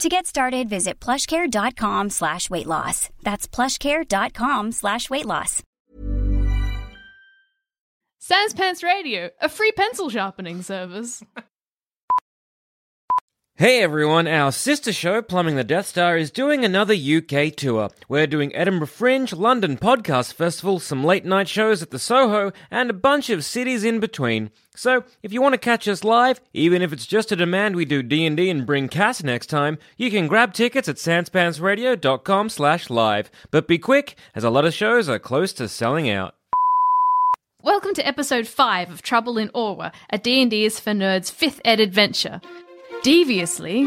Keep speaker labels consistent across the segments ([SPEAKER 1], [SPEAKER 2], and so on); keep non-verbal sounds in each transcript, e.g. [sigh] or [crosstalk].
[SPEAKER 1] To get started, visit plushcare.com slash weight loss. That's plushcare.com slash weight loss.
[SPEAKER 2] Sans Pants Radio, a free pencil sharpening service.
[SPEAKER 3] Hey everyone, our sister show Plumbing the Death Star is doing another UK tour. We're doing Edinburgh Fringe, London Podcast Festival, some late night shows at the Soho, and a bunch of cities in between. So, if you want to catch us live, even if it's just a demand we do D&D and bring Cass next time, you can grab tickets at sanspantsradio.com slash live. But be quick, as a lot of shows are close to selling out.
[SPEAKER 2] [laughs] Welcome to episode 5 of Trouble in Orwa, a D&D is for Nerds 5th ed adventure. Deviously,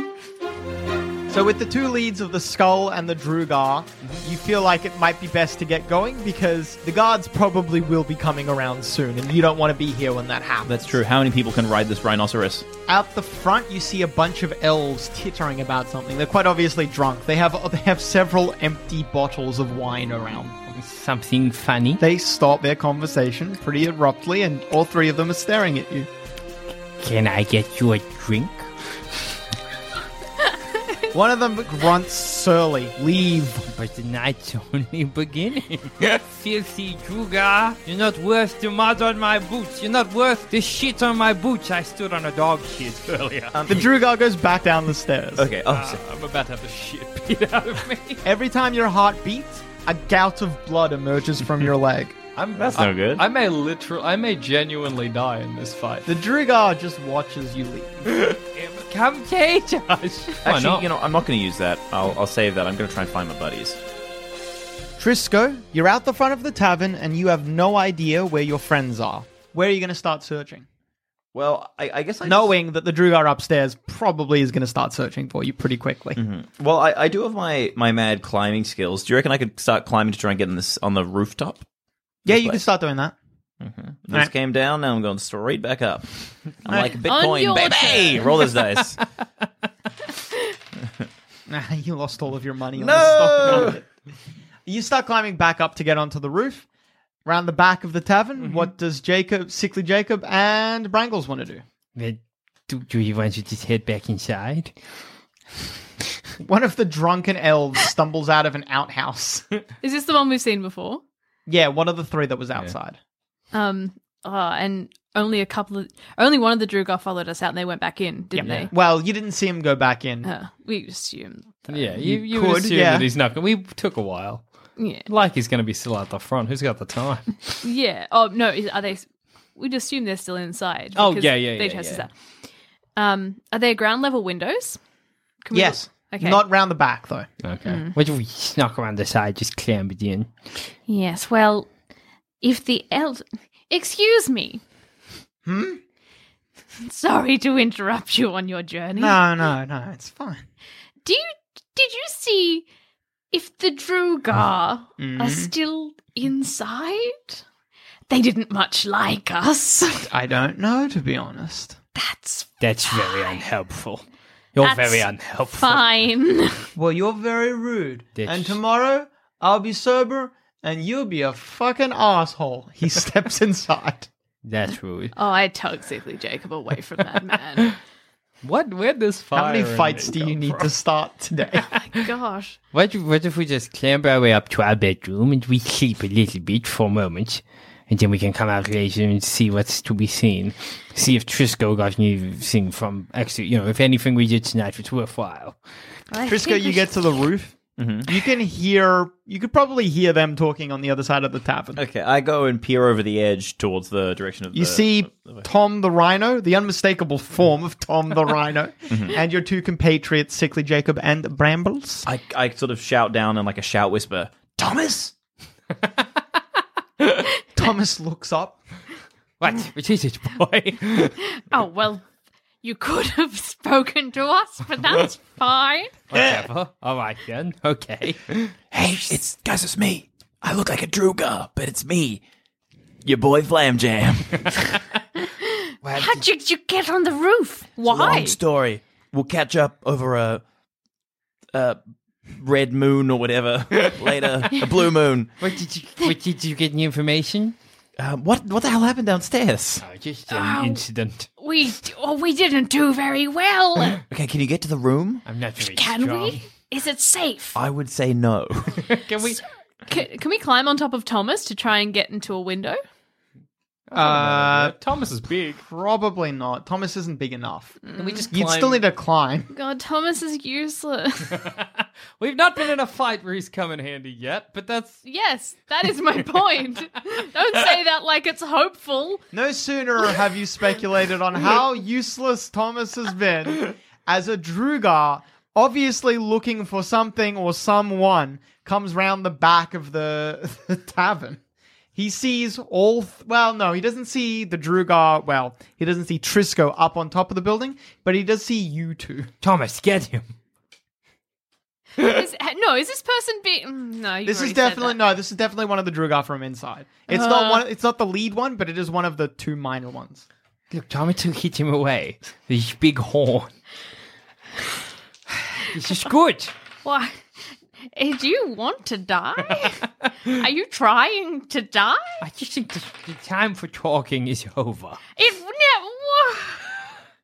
[SPEAKER 4] So, with the two leads of the Skull and the Drugar,
[SPEAKER 5] Mm-hmm.
[SPEAKER 4] you feel like it might be best to get going because the guards probably will be coming around soon, and you don't want to be here when that happens.
[SPEAKER 6] That's true. How many people can ride this rhinoceros?
[SPEAKER 4] Out the front, you see a bunch of elves tittering about something. They're quite obviously drunk. They have they have several empty bottles of wine around.
[SPEAKER 5] Something funny.
[SPEAKER 4] They stop their conversation pretty abruptly, and all three of them are staring at
[SPEAKER 5] [laughs]
[SPEAKER 4] you.
[SPEAKER 5] Can I get you a drink?
[SPEAKER 4] One of them grunts surly, "Leave."
[SPEAKER 5] But the night's [laughs] only beginning. Filthy Druga. You're not worth the mud on my boots. You're not worth the shit on my boots. I stood on a dog shit earlier. Ah,
[SPEAKER 4] The Drugar goes back down the
[SPEAKER 5] [laughs]
[SPEAKER 4] stairs.
[SPEAKER 3] Okay, oh, so-
[SPEAKER 5] I'm about to have the shit beat out [laughs] of me.
[SPEAKER 4] Every time your heart beats, a gout of blood emerges from your leg.
[SPEAKER 7] I'm,
[SPEAKER 6] That's no good.
[SPEAKER 7] I may literal, I may genuinely die in this fight.
[SPEAKER 4] The Drugar just watches you leave.
[SPEAKER 7] [laughs]
[SPEAKER 5] Come take us.
[SPEAKER 6] Actually, you know, I'm not going to use that. I'll, I'll save that. I'm going to try and find my buddies.
[SPEAKER 4] Trisco, you're out the front of the tavern and you have no idea where your friends are. Where are you going to start searching?
[SPEAKER 6] Well, I, I guess I
[SPEAKER 4] Knowing that the Drugar upstairs probably is going to start searching for you pretty quickly.
[SPEAKER 6] well, I, I do have my my mad climbing skills. Do you reckon I could start climbing to try and get in this on the rooftop?
[SPEAKER 4] Yeah,
[SPEAKER 6] This
[SPEAKER 4] you
[SPEAKER 6] way.
[SPEAKER 4] can start doing that. [laughs]
[SPEAKER 6] This
[SPEAKER 4] Alright.
[SPEAKER 6] came down. Now I'm going straight back up. I'm like
[SPEAKER 2] On your
[SPEAKER 6] Bitcoin, baby. Roll
[SPEAKER 2] [laughs]
[SPEAKER 6] those dice. [laughs]
[SPEAKER 4] Nah, you lost all of your money on
[SPEAKER 6] No!
[SPEAKER 4] the stock market. You start climbing back up to get onto the roof. Round the back of the tavern, what does Jacob, Sickly Jacob, and Brangles want to do? [laughs]
[SPEAKER 5] Well, do, do you want to just head back inside?
[SPEAKER 4] One of the drunken elves stumbles out of an outhouse.
[SPEAKER 2] is this the one we've seen before?
[SPEAKER 4] yeah, one of the three that was outside.
[SPEAKER 2] Um, ah, and only a couple of, only one of the Drugar followed us out and they went back in, didn't
[SPEAKER 4] Well, you didn't see him go back in.
[SPEAKER 2] they? Uh, we assumed. that.
[SPEAKER 7] Yeah, you,
[SPEAKER 4] You
[SPEAKER 7] you [laughs]
[SPEAKER 4] could,
[SPEAKER 7] would assume
[SPEAKER 4] yeah.
[SPEAKER 7] that he's not. gonna- We took a while.
[SPEAKER 2] Yeah.
[SPEAKER 7] Like he's going to be still out the front. Who's got the time?
[SPEAKER 2] Yeah. Oh no, is- are they? We'd assume they're still inside.
[SPEAKER 7] Oh,
[SPEAKER 2] because
[SPEAKER 7] yeah, yeah,
[SPEAKER 2] They
[SPEAKER 7] yeah,
[SPEAKER 2] tested
[SPEAKER 7] yeah.
[SPEAKER 2] that. Um, are there ground level windows? Can we-
[SPEAKER 4] Yes.
[SPEAKER 2] Okay. Mm.
[SPEAKER 4] Not round the back though.
[SPEAKER 7] Okay.
[SPEAKER 5] What if we snuck around the side, just clambered in?
[SPEAKER 2] Yes. Well, if the eld, excuse me. Hmm. [laughs] Sorry to interrupt you on your journey.
[SPEAKER 4] No, no, no. It's fine.
[SPEAKER 2] Do you did you see if the Drugar
[SPEAKER 4] Mm-hmm.
[SPEAKER 2] are still inside? They didn't much like us. [laughs]
[SPEAKER 4] I don't know to be honest.
[SPEAKER 2] That's
[SPEAKER 5] That's very unhelpful. You're
[SPEAKER 2] That's
[SPEAKER 5] very unhelpful.
[SPEAKER 2] fine.
[SPEAKER 4] Well, you're very rude.
[SPEAKER 5] Ditch.
[SPEAKER 4] And tomorrow I'll be sober and you'll be a fucking asshole. [laughs] He steps inside.
[SPEAKER 5] That's rude.
[SPEAKER 2] Oh, I tug Sickly Jacob away
[SPEAKER 4] [laughs]
[SPEAKER 2] from that man.
[SPEAKER 7] [laughs] What? Where'd this fire?
[SPEAKER 4] How many
[SPEAKER 7] in
[SPEAKER 4] fights
[SPEAKER 7] me
[SPEAKER 4] do you
[SPEAKER 7] come
[SPEAKER 4] need
[SPEAKER 7] from?
[SPEAKER 4] to start
[SPEAKER 2] [laughs]
[SPEAKER 4] today?
[SPEAKER 2] Gosh.
[SPEAKER 5] What if, what if we just clamber our way up to our bedroom and we sleep a little bit for a moment, and then we can come out later and see what's to be seen, see if Trisco got anything from actually, you know, if anything we did tonight was worthwhile. [laughs]
[SPEAKER 2] I
[SPEAKER 4] Trisco,
[SPEAKER 2] think we
[SPEAKER 4] you get
[SPEAKER 2] should-
[SPEAKER 4] to the roof
[SPEAKER 5] Mm-hmm.
[SPEAKER 4] You can hear, you could probably hear them talking on the other side of the tavern.
[SPEAKER 6] Okay, I go and peer over the edge towards the direction of
[SPEAKER 4] You
[SPEAKER 6] the.
[SPEAKER 4] see Tom the Rhino, the unmistakable form of Tom
[SPEAKER 7] [laughs]
[SPEAKER 4] the Rhino,
[SPEAKER 7] Mm-hmm.
[SPEAKER 4] and your two compatriots, Sickly Jacob and Brambles.
[SPEAKER 6] I, I sort of shout down in like a shout whisper, Thomas!
[SPEAKER 7] [laughs]
[SPEAKER 4] Thomas looks up.
[SPEAKER 5] What? What is it, boy?
[SPEAKER 2] Oh, well, you could have [laughs] spoken to us, but that's fine.
[SPEAKER 5] Whatever. All right then. Okay.
[SPEAKER 6] Hey, it's guys, it's me. I look like a Druga, but it's me. Your boy Flam Jam.
[SPEAKER 2] How did you get on the roof? Why?
[SPEAKER 6] story. We'll catch up over a, a red moon or whatever later. [laughs] A [laughs] blue moon.
[SPEAKER 5] What did you? What did you get? Any information?
[SPEAKER 6] Um, what what the hell happened downstairs?
[SPEAKER 5] Oh, just an incident.
[SPEAKER 2] We oh, we didn't do very well.
[SPEAKER 6] Okay, can you get to the room?
[SPEAKER 5] I'm not very
[SPEAKER 2] Can
[SPEAKER 5] strong.
[SPEAKER 2] we? Is it
[SPEAKER 6] [laughs]
[SPEAKER 2] safe?
[SPEAKER 6] I would say no.
[SPEAKER 5] Can we?
[SPEAKER 2] Can, can we climb on top of Thomas to try and get into a window?
[SPEAKER 4] Uh,
[SPEAKER 7] Thomas is big.
[SPEAKER 4] probably not. Thomas isn't big enough.
[SPEAKER 7] Can we just
[SPEAKER 4] You'd still need to climb.
[SPEAKER 2] God, Thomas is useless.
[SPEAKER 7] [laughs]
[SPEAKER 2] [laughs]
[SPEAKER 7] We've not been in a fight where he's come in handy yet, but that's
[SPEAKER 2] yes, that is my point. Don't say that like it's hopeful.
[SPEAKER 4] No sooner have you speculated on how useless Thomas has been as a Drugar, obviously looking for something or someone, comes round the back of the, [laughs] the tavern. He sees all. Th- well, no, he doesn't see the Drugar. Well, he doesn't see Trisco up on top of the building, but he does see you two.
[SPEAKER 5] Thomas, get him.
[SPEAKER 2] Is, [laughs] no, is this person being? Mm, No, you've
[SPEAKER 4] This
[SPEAKER 2] already
[SPEAKER 4] is
[SPEAKER 2] said
[SPEAKER 4] definitely
[SPEAKER 2] that. Uh.
[SPEAKER 4] no. This is definitely one of the Drugar from inside. It's not one. It's not the lead one, but it is one of the two minor ones.
[SPEAKER 5] Look, Thomas will hit him away. This big horn. this is good.
[SPEAKER 2] Why? Eh, Do you want to die? Are you trying to die?
[SPEAKER 5] I just think the, the time for talking is over.
[SPEAKER 2] It yeah, wha-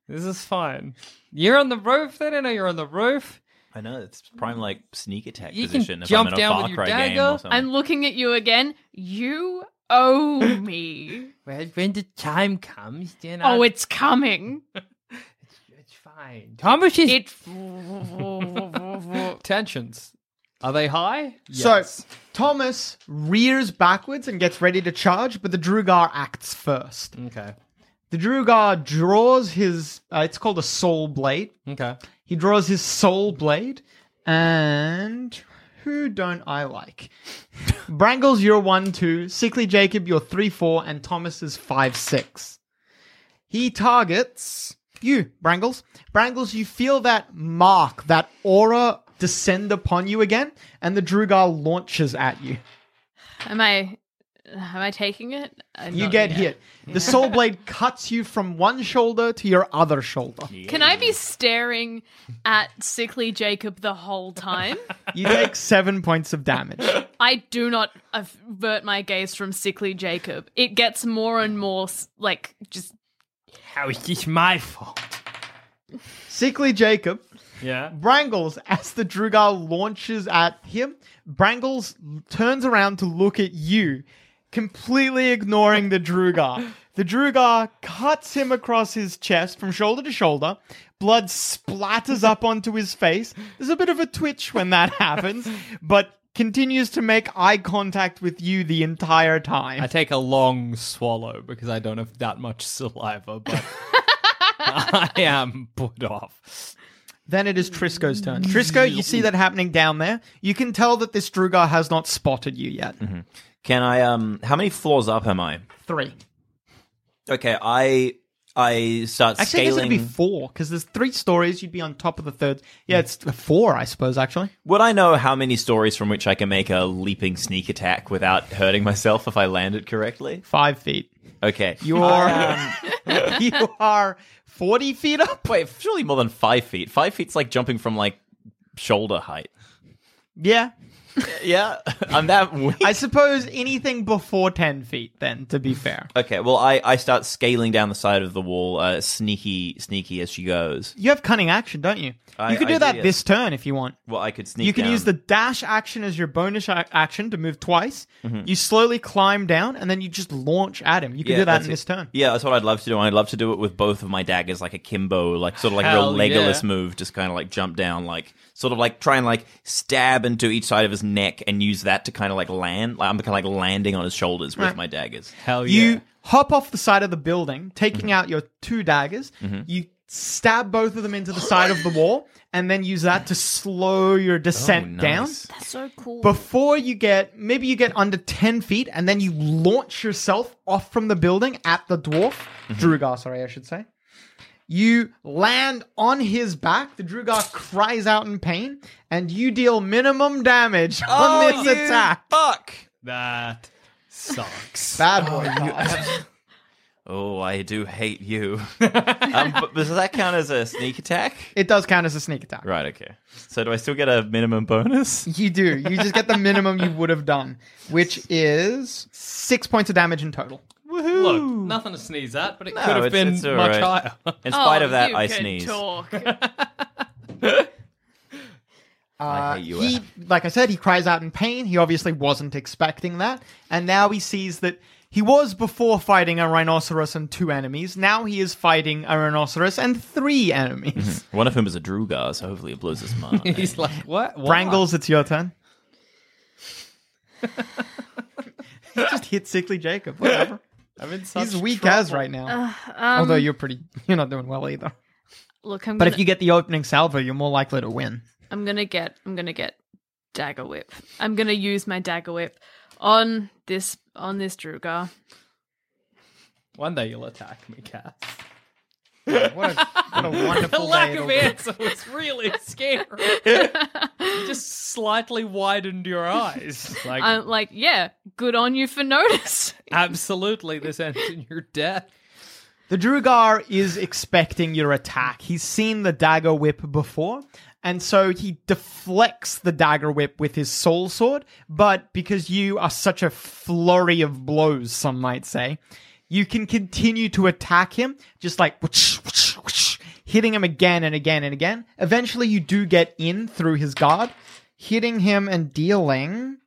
[SPEAKER 7] this is fine. You're on the roof. They don't know you're on the roof.
[SPEAKER 6] I know it's prime like sneak attack
[SPEAKER 5] You can
[SPEAKER 6] position. if
[SPEAKER 5] jump
[SPEAKER 6] I'm in a
[SPEAKER 5] down
[SPEAKER 6] Far
[SPEAKER 5] with your
[SPEAKER 6] Cry game
[SPEAKER 5] dagger.
[SPEAKER 6] or something.
[SPEAKER 2] I'm looking at you again. You oh, owe me.
[SPEAKER 5] Well, when the time comes, then
[SPEAKER 2] Oh,
[SPEAKER 5] I,
[SPEAKER 2] it's coming.
[SPEAKER 5] [laughs] it's fine. Thomas is.
[SPEAKER 2] It. [laughs]
[SPEAKER 7] Tensions. Are they high?
[SPEAKER 4] So Thomas rears backwards and gets ready to charge, but the Drugar acts first.
[SPEAKER 7] okay.
[SPEAKER 4] The Drugar draws his. Uh, it's called a soul blade.
[SPEAKER 7] Okay.
[SPEAKER 4] He draws his soul blade, and who don't I like? [laughs] Brangles, you're one two. Sickly Jacob, you're three four, and Thomas is five six. He targets you, Brangles. Brangles, you feel that mark, that aura descend upon you again, and the Drugar launches at you.
[SPEAKER 2] Am I? Am I taking it? I'm
[SPEAKER 4] You
[SPEAKER 2] not-
[SPEAKER 4] get
[SPEAKER 2] yeah.
[SPEAKER 4] hit. The soul blade cuts you from one shoulder to your other shoulder.
[SPEAKER 2] Can I be staring at sickly Jacob the whole time?
[SPEAKER 4] [laughs] You take seven points of damage.
[SPEAKER 2] I do not avert my gaze from sickly Jacob. It gets more and more s- like just
[SPEAKER 5] How is this my fault?
[SPEAKER 4] Sickly Jacob
[SPEAKER 7] Yeah.
[SPEAKER 4] Brangles, as the Drugar launches at him, Brangles turns around to look at you, completely ignoring the Drugar. The Drugar cuts him across his chest from shoulder to shoulder. Blood splatters up onto his face. There's a bit of a twitch when that happens, but continues to make eye contact with you the entire time.
[SPEAKER 7] I take a long swallow because I don't have that much saliva, but I am put off.
[SPEAKER 4] Then it is Trisco's turn. Trisco, you see that happening down there. You can tell that this Drugar has not spotted you yet.
[SPEAKER 6] Mm-hmm. Can I um how many floors up am I?
[SPEAKER 4] Three.
[SPEAKER 6] Okay, I I start
[SPEAKER 4] Actually, I guess
[SPEAKER 6] scaling.
[SPEAKER 4] it'd be four because there's three stories. You'd be on top of the third. Yeah, it's four, I suppose. Actually,
[SPEAKER 6] Would I know how many stories from which I can make a leaping sneak attack without hurting myself if I land it correctly?
[SPEAKER 4] five feet.
[SPEAKER 6] Okay. Uh,
[SPEAKER 4] You are
[SPEAKER 6] [laughs]
[SPEAKER 4] you are forty feet up.
[SPEAKER 6] Wait, surely more than five feet. Five feet's like jumping from like shoulder height.
[SPEAKER 4] [laughs] Yeah,
[SPEAKER 6] [laughs] yeah, I'm that weak.
[SPEAKER 4] I suppose anything before 10 feet, then, to be fair.
[SPEAKER 6] okay, well, I, I start scaling down the side of the wall, uh, sneaky, sneaky as she goes.
[SPEAKER 4] You have cunning action, don't you?
[SPEAKER 6] I-
[SPEAKER 4] you could
[SPEAKER 6] I
[SPEAKER 4] do
[SPEAKER 6] do,
[SPEAKER 4] that
[SPEAKER 6] yes.
[SPEAKER 4] this turn if you want.
[SPEAKER 6] Well, I could sneak.
[SPEAKER 4] You can
[SPEAKER 6] down.
[SPEAKER 4] use the dash action as your bonus a- action to move twice. You slowly climb down and then you just launch at him. You can do that
[SPEAKER 6] that's
[SPEAKER 4] in
[SPEAKER 6] it.
[SPEAKER 4] this turn.
[SPEAKER 6] Mm-hmm. Yeah, that's what I'd love to do. I'd love to do it with both of my daggers, like a kimbo, like sort of like a
[SPEAKER 7] Hell
[SPEAKER 6] real Legolas
[SPEAKER 7] yeah.
[SPEAKER 6] move, just kind of like jump down, like sort of like try and like stab into each side of his neck and use that to kind of like land. Like, I'm kind of like landing on his shoulders with my daggers.
[SPEAKER 7] Hell yeah.
[SPEAKER 4] You hop off the side of the building, taking
[SPEAKER 6] Mm-hmm.
[SPEAKER 4] out your two daggers. You stab both of them into the side of the wall, and then use that to slow your descent down.
[SPEAKER 6] Oh, nice.
[SPEAKER 2] That's so cool.
[SPEAKER 4] Before you get, maybe you get under 10 feet, and then you launch yourself off from the building at the dwarf. Drugar, sorry, I should say. You land on his back. The Drugar cries out in pain, and you deal minimum damage on this attack.
[SPEAKER 6] Fuck.
[SPEAKER 7] That
[SPEAKER 4] [laughs]
[SPEAKER 7] sucks.
[SPEAKER 4] Bad boy.
[SPEAKER 6] Oh, I do hate you. [laughs] um, but does that count as a sneak attack?
[SPEAKER 4] it does count as a sneak attack.
[SPEAKER 6] Right. Okay. So do I still get a
[SPEAKER 4] [laughs]
[SPEAKER 6] minimum bonus?
[SPEAKER 4] You do. You just get the minimum you would have done, which is six points of damage in total.
[SPEAKER 7] Look, nothing to sneeze at, but it
[SPEAKER 6] No,
[SPEAKER 7] could have
[SPEAKER 6] it's-
[SPEAKER 7] been
[SPEAKER 6] it's all
[SPEAKER 7] much
[SPEAKER 6] right.
[SPEAKER 7] higher.
[SPEAKER 6] In spite
[SPEAKER 2] Oh,
[SPEAKER 6] of that,
[SPEAKER 2] you
[SPEAKER 6] I
[SPEAKER 2] can
[SPEAKER 6] sneeze.
[SPEAKER 2] Talk.
[SPEAKER 6] I
[SPEAKER 4] Uh,
[SPEAKER 6] hate you.
[SPEAKER 4] he,
[SPEAKER 6] Al.
[SPEAKER 4] like I said, he cries out in pain. He obviously wasn't expecting that, and now he sees that he was before fighting a rhinoceros and two enemies. Now he is fighting a rhinoceros and three enemies.
[SPEAKER 6] One of whom is a Drugar, so hopefully it blows his mind.
[SPEAKER 7] [laughs] He's like, what? Why?
[SPEAKER 4] Brangles, it's your turn. [laughs] He just hit sickly Jacob. Whatever.
[SPEAKER 7] Mm-hmm. [laughs] I'm in such
[SPEAKER 4] He's weak
[SPEAKER 7] trouble.
[SPEAKER 4] as right now. Although you're pretty, [laughs] you're not doing well either.
[SPEAKER 2] Uh, um, Look, I'm
[SPEAKER 4] But
[SPEAKER 2] gonna,
[SPEAKER 4] if you get the opening salvo, you're more likely to win.
[SPEAKER 2] [laughs] I'm gonna get I'm gonna get dagger whip. I'm gonna use my dagger whip on this on this Drugar.
[SPEAKER 7] [laughs] One day you'll attack me, Cass.
[SPEAKER 4] What a, what a
[SPEAKER 7] [laughs] The
[SPEAKER 4] wonderful
[SPEAKER 7] lack
[SPEAKER 4] day it'll
[SPEAKER 7] of
[SPEAKER 4] be.
[SPEAKER 7] answer was really
[SPEAKER 4] [laughs]
[SPEAKER 7] scary. you just slightly widened your eyes. Like,
[SPEAKER 2] I'm [laughs] like, yeah, good on you for [laughs] notice.
[SPEAKER 7] absolutely, this ends in your death.
[SPEAKER 4] The Drugar is expecting your attack. He's seen the dagger whip before, and so he deflects the dagger whip with his soul sword. But because you are such a flurry of blows, some might say, you can continue to attack him, just like whoosh, whoosh, whoosh, hitting him again and again and again. Eventually, you do get in through his guard, hitting him and dealing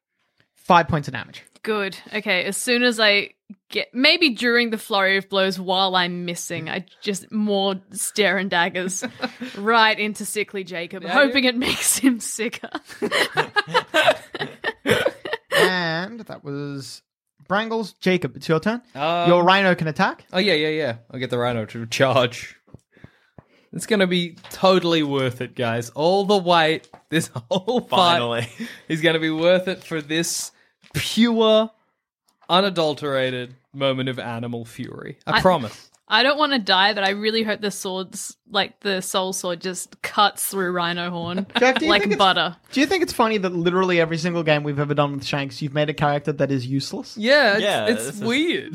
[SPEAKER 4] five points of damage.
[SPEAKER 2] Good. Okay, as soon as I get maybe during the flurry of blows while I'm missing, I just more stare and [laughs] daggers right into sickly Jacob, hoping it makes him sicker.
[SPEAKER 4] and that was Brangles. Jacob, it's your turn.
[SPEAKER 7] Um,
[SPEAKER 4] your rhino can
[SPEAKER 7] [laughs]
[SPEAKER 4] attack.
[SPEAKER 7] Oh yeah, yeah, yeah. I'll get the rhino to charge. It's gonna be totally worth it, guys. All the wait, this [laughs] whole
[SPEAKER 6] Finally.
[SPEAKER 7] fight is gonna be worth it for this pure, unadulterated moment of animal fury. I, promise.
[SPEAKER 2] I don't want to die, but I really hope the swords, like the soul sword, just cuts through Rhino [laughs] Horn
[SPEAKER 4] Jack, do you think
[SPEAKER 2] like
[SPEAKER 4] it's-
[SPEAKER 2] butter.
[SPEAKER 4] Do you think it's funny that literally every single game we've ever done with Shanks, you've made a character that is useless?
[SPEAKER 7] Yeah, it's,
[SPEAKER 6] Yeah,
[SPEAKER 7] it's
[SPEAKER 6] this is-
[SPEAKER 7] weirly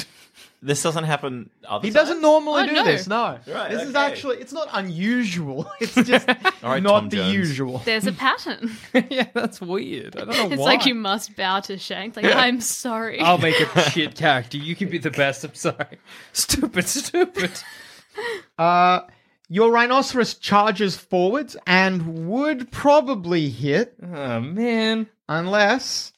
[SPEAKER 6] This doesn't happen. Other
[SPEAKER 4] He doesn't normally
[SPEAKER 2] Oh,
[SPEAKER 4] do
[SPEAKER 2] no.
[SPEAKER 4] this. No,
[SPEAKER 6] Right,
[SPEAKER 4] this is
[SPEAKER 6] okay.
[SPEAKER 4] actually it's not unusual. [laughs] It's just
[SPEAKER 6] right,
[SPEAKER 4] not
[SPEAKER 6] Tom
[SPEAKER 4] the
[SPEAKER 6] Jones.
[SPEAKER 4] usual. [laughs]
[SPEAKER 2] There's a pattern.
[SPEAKER 7] weird. yeah, that's weird. I don't know
[SPEAKER 2] [laughs] it's
[SPEAKER 7] why.
[SPEAKER 2] like you must bow to Shank. Like I'm sorry.
[SPEAKER 7] I'll make a
[SPEAKER 2] [laughs]
[SPEAKER 7] shit character. You can be the best. I'm sorry.
[SPEAKER 4] [laughs]
[SPEAKER 7] Stupid, stupid.
[SPEAKER 4] Uh, your rhinoceros charges forwards and would probably hit
[SPEAKER 7] Oh man.
[SPEAKER 4] unless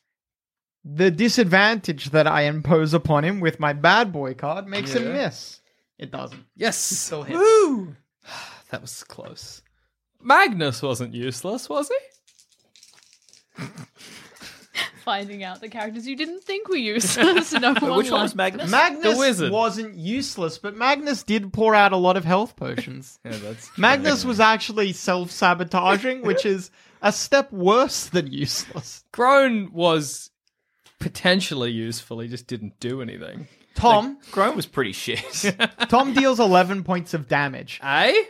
[SPEAKER 4] the disadvantage that I impose upon him with my bad boy card makes him
[SPEAKER 7] [laughs]
[SPEAKER 4] miss. It doesn't.
[SPEAKER 7] Yes.
[SPEAKER 4] Still hits.
[SPEAKER 7] [sighs] That was close. Magnus wasn't useless, was he?
[SPEAKER 2] Finding out the characters you didn't think were [laughs] useless.
[SPEAKER 7] [laughs]
[SPEAKER 2] no one
[SPEAKER 6] Which one was
[SPEAKER 2] liked.
[SPEAKER 6] Magnus?
[SPEAKER 4] Magnus
[SPEAKER 7] The wizard.
[SPEAKER 4] wasn't useless, but Magnus did pour out a lot of health potions.
[SPEAKER 7] [laughs] Yeah, that's
[SPEAKER 4] Magnus was actually self sabotaging, which is a step worse than useless.
[SPEAKER 7] Groan was potentially useful. He just didn't do anything.
[SPEAKER 4] Tom,
[SPEAKER 6] Grown was pretty shit.
[SPEAKER 4] [laughs] Tom deals 11 points of damage.
[SPEAKER 7] Eh?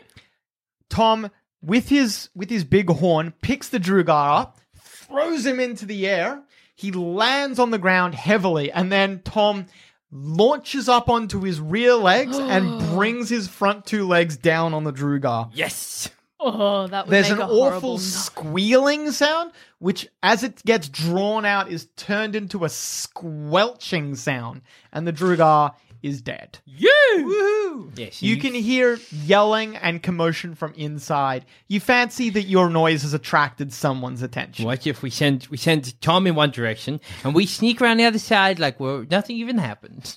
[SPEAKER 4] Tom, with his with his big horn, picks the Drugar up, throws him into the air. He lands on the ground heavily, and then Tom launches up onto his rear legs and brings his front two legs down on the Drugar.
[SPEAKER 7] Yes.
[SPEAKER 2] Oh, that would
[SPEAKER 4] There's
[SPEAKER 2] make
[SPEAKER 4] an
[SPEAKER 2] a
[SPEAKER 4] awful
[SPEAKER 2] horrible
[SPEAKER 4] squealing sound, which, as it gets drawn out, is turned into a squelching sound, and the Drugar is dead.
[SPEAKER 7] You.
[SPEAKER 5] Yes,
[SPEAKER 4] You can hear yelling and commotion from inside. You fancy that your noise has attracted someone's
[SPEAKER 7] [sighs]
[SPEAKER 4] attention.
[SPEAKER 5] What if we send we send Tom in one direction and we sneak around the other side like we're, nothing even happened?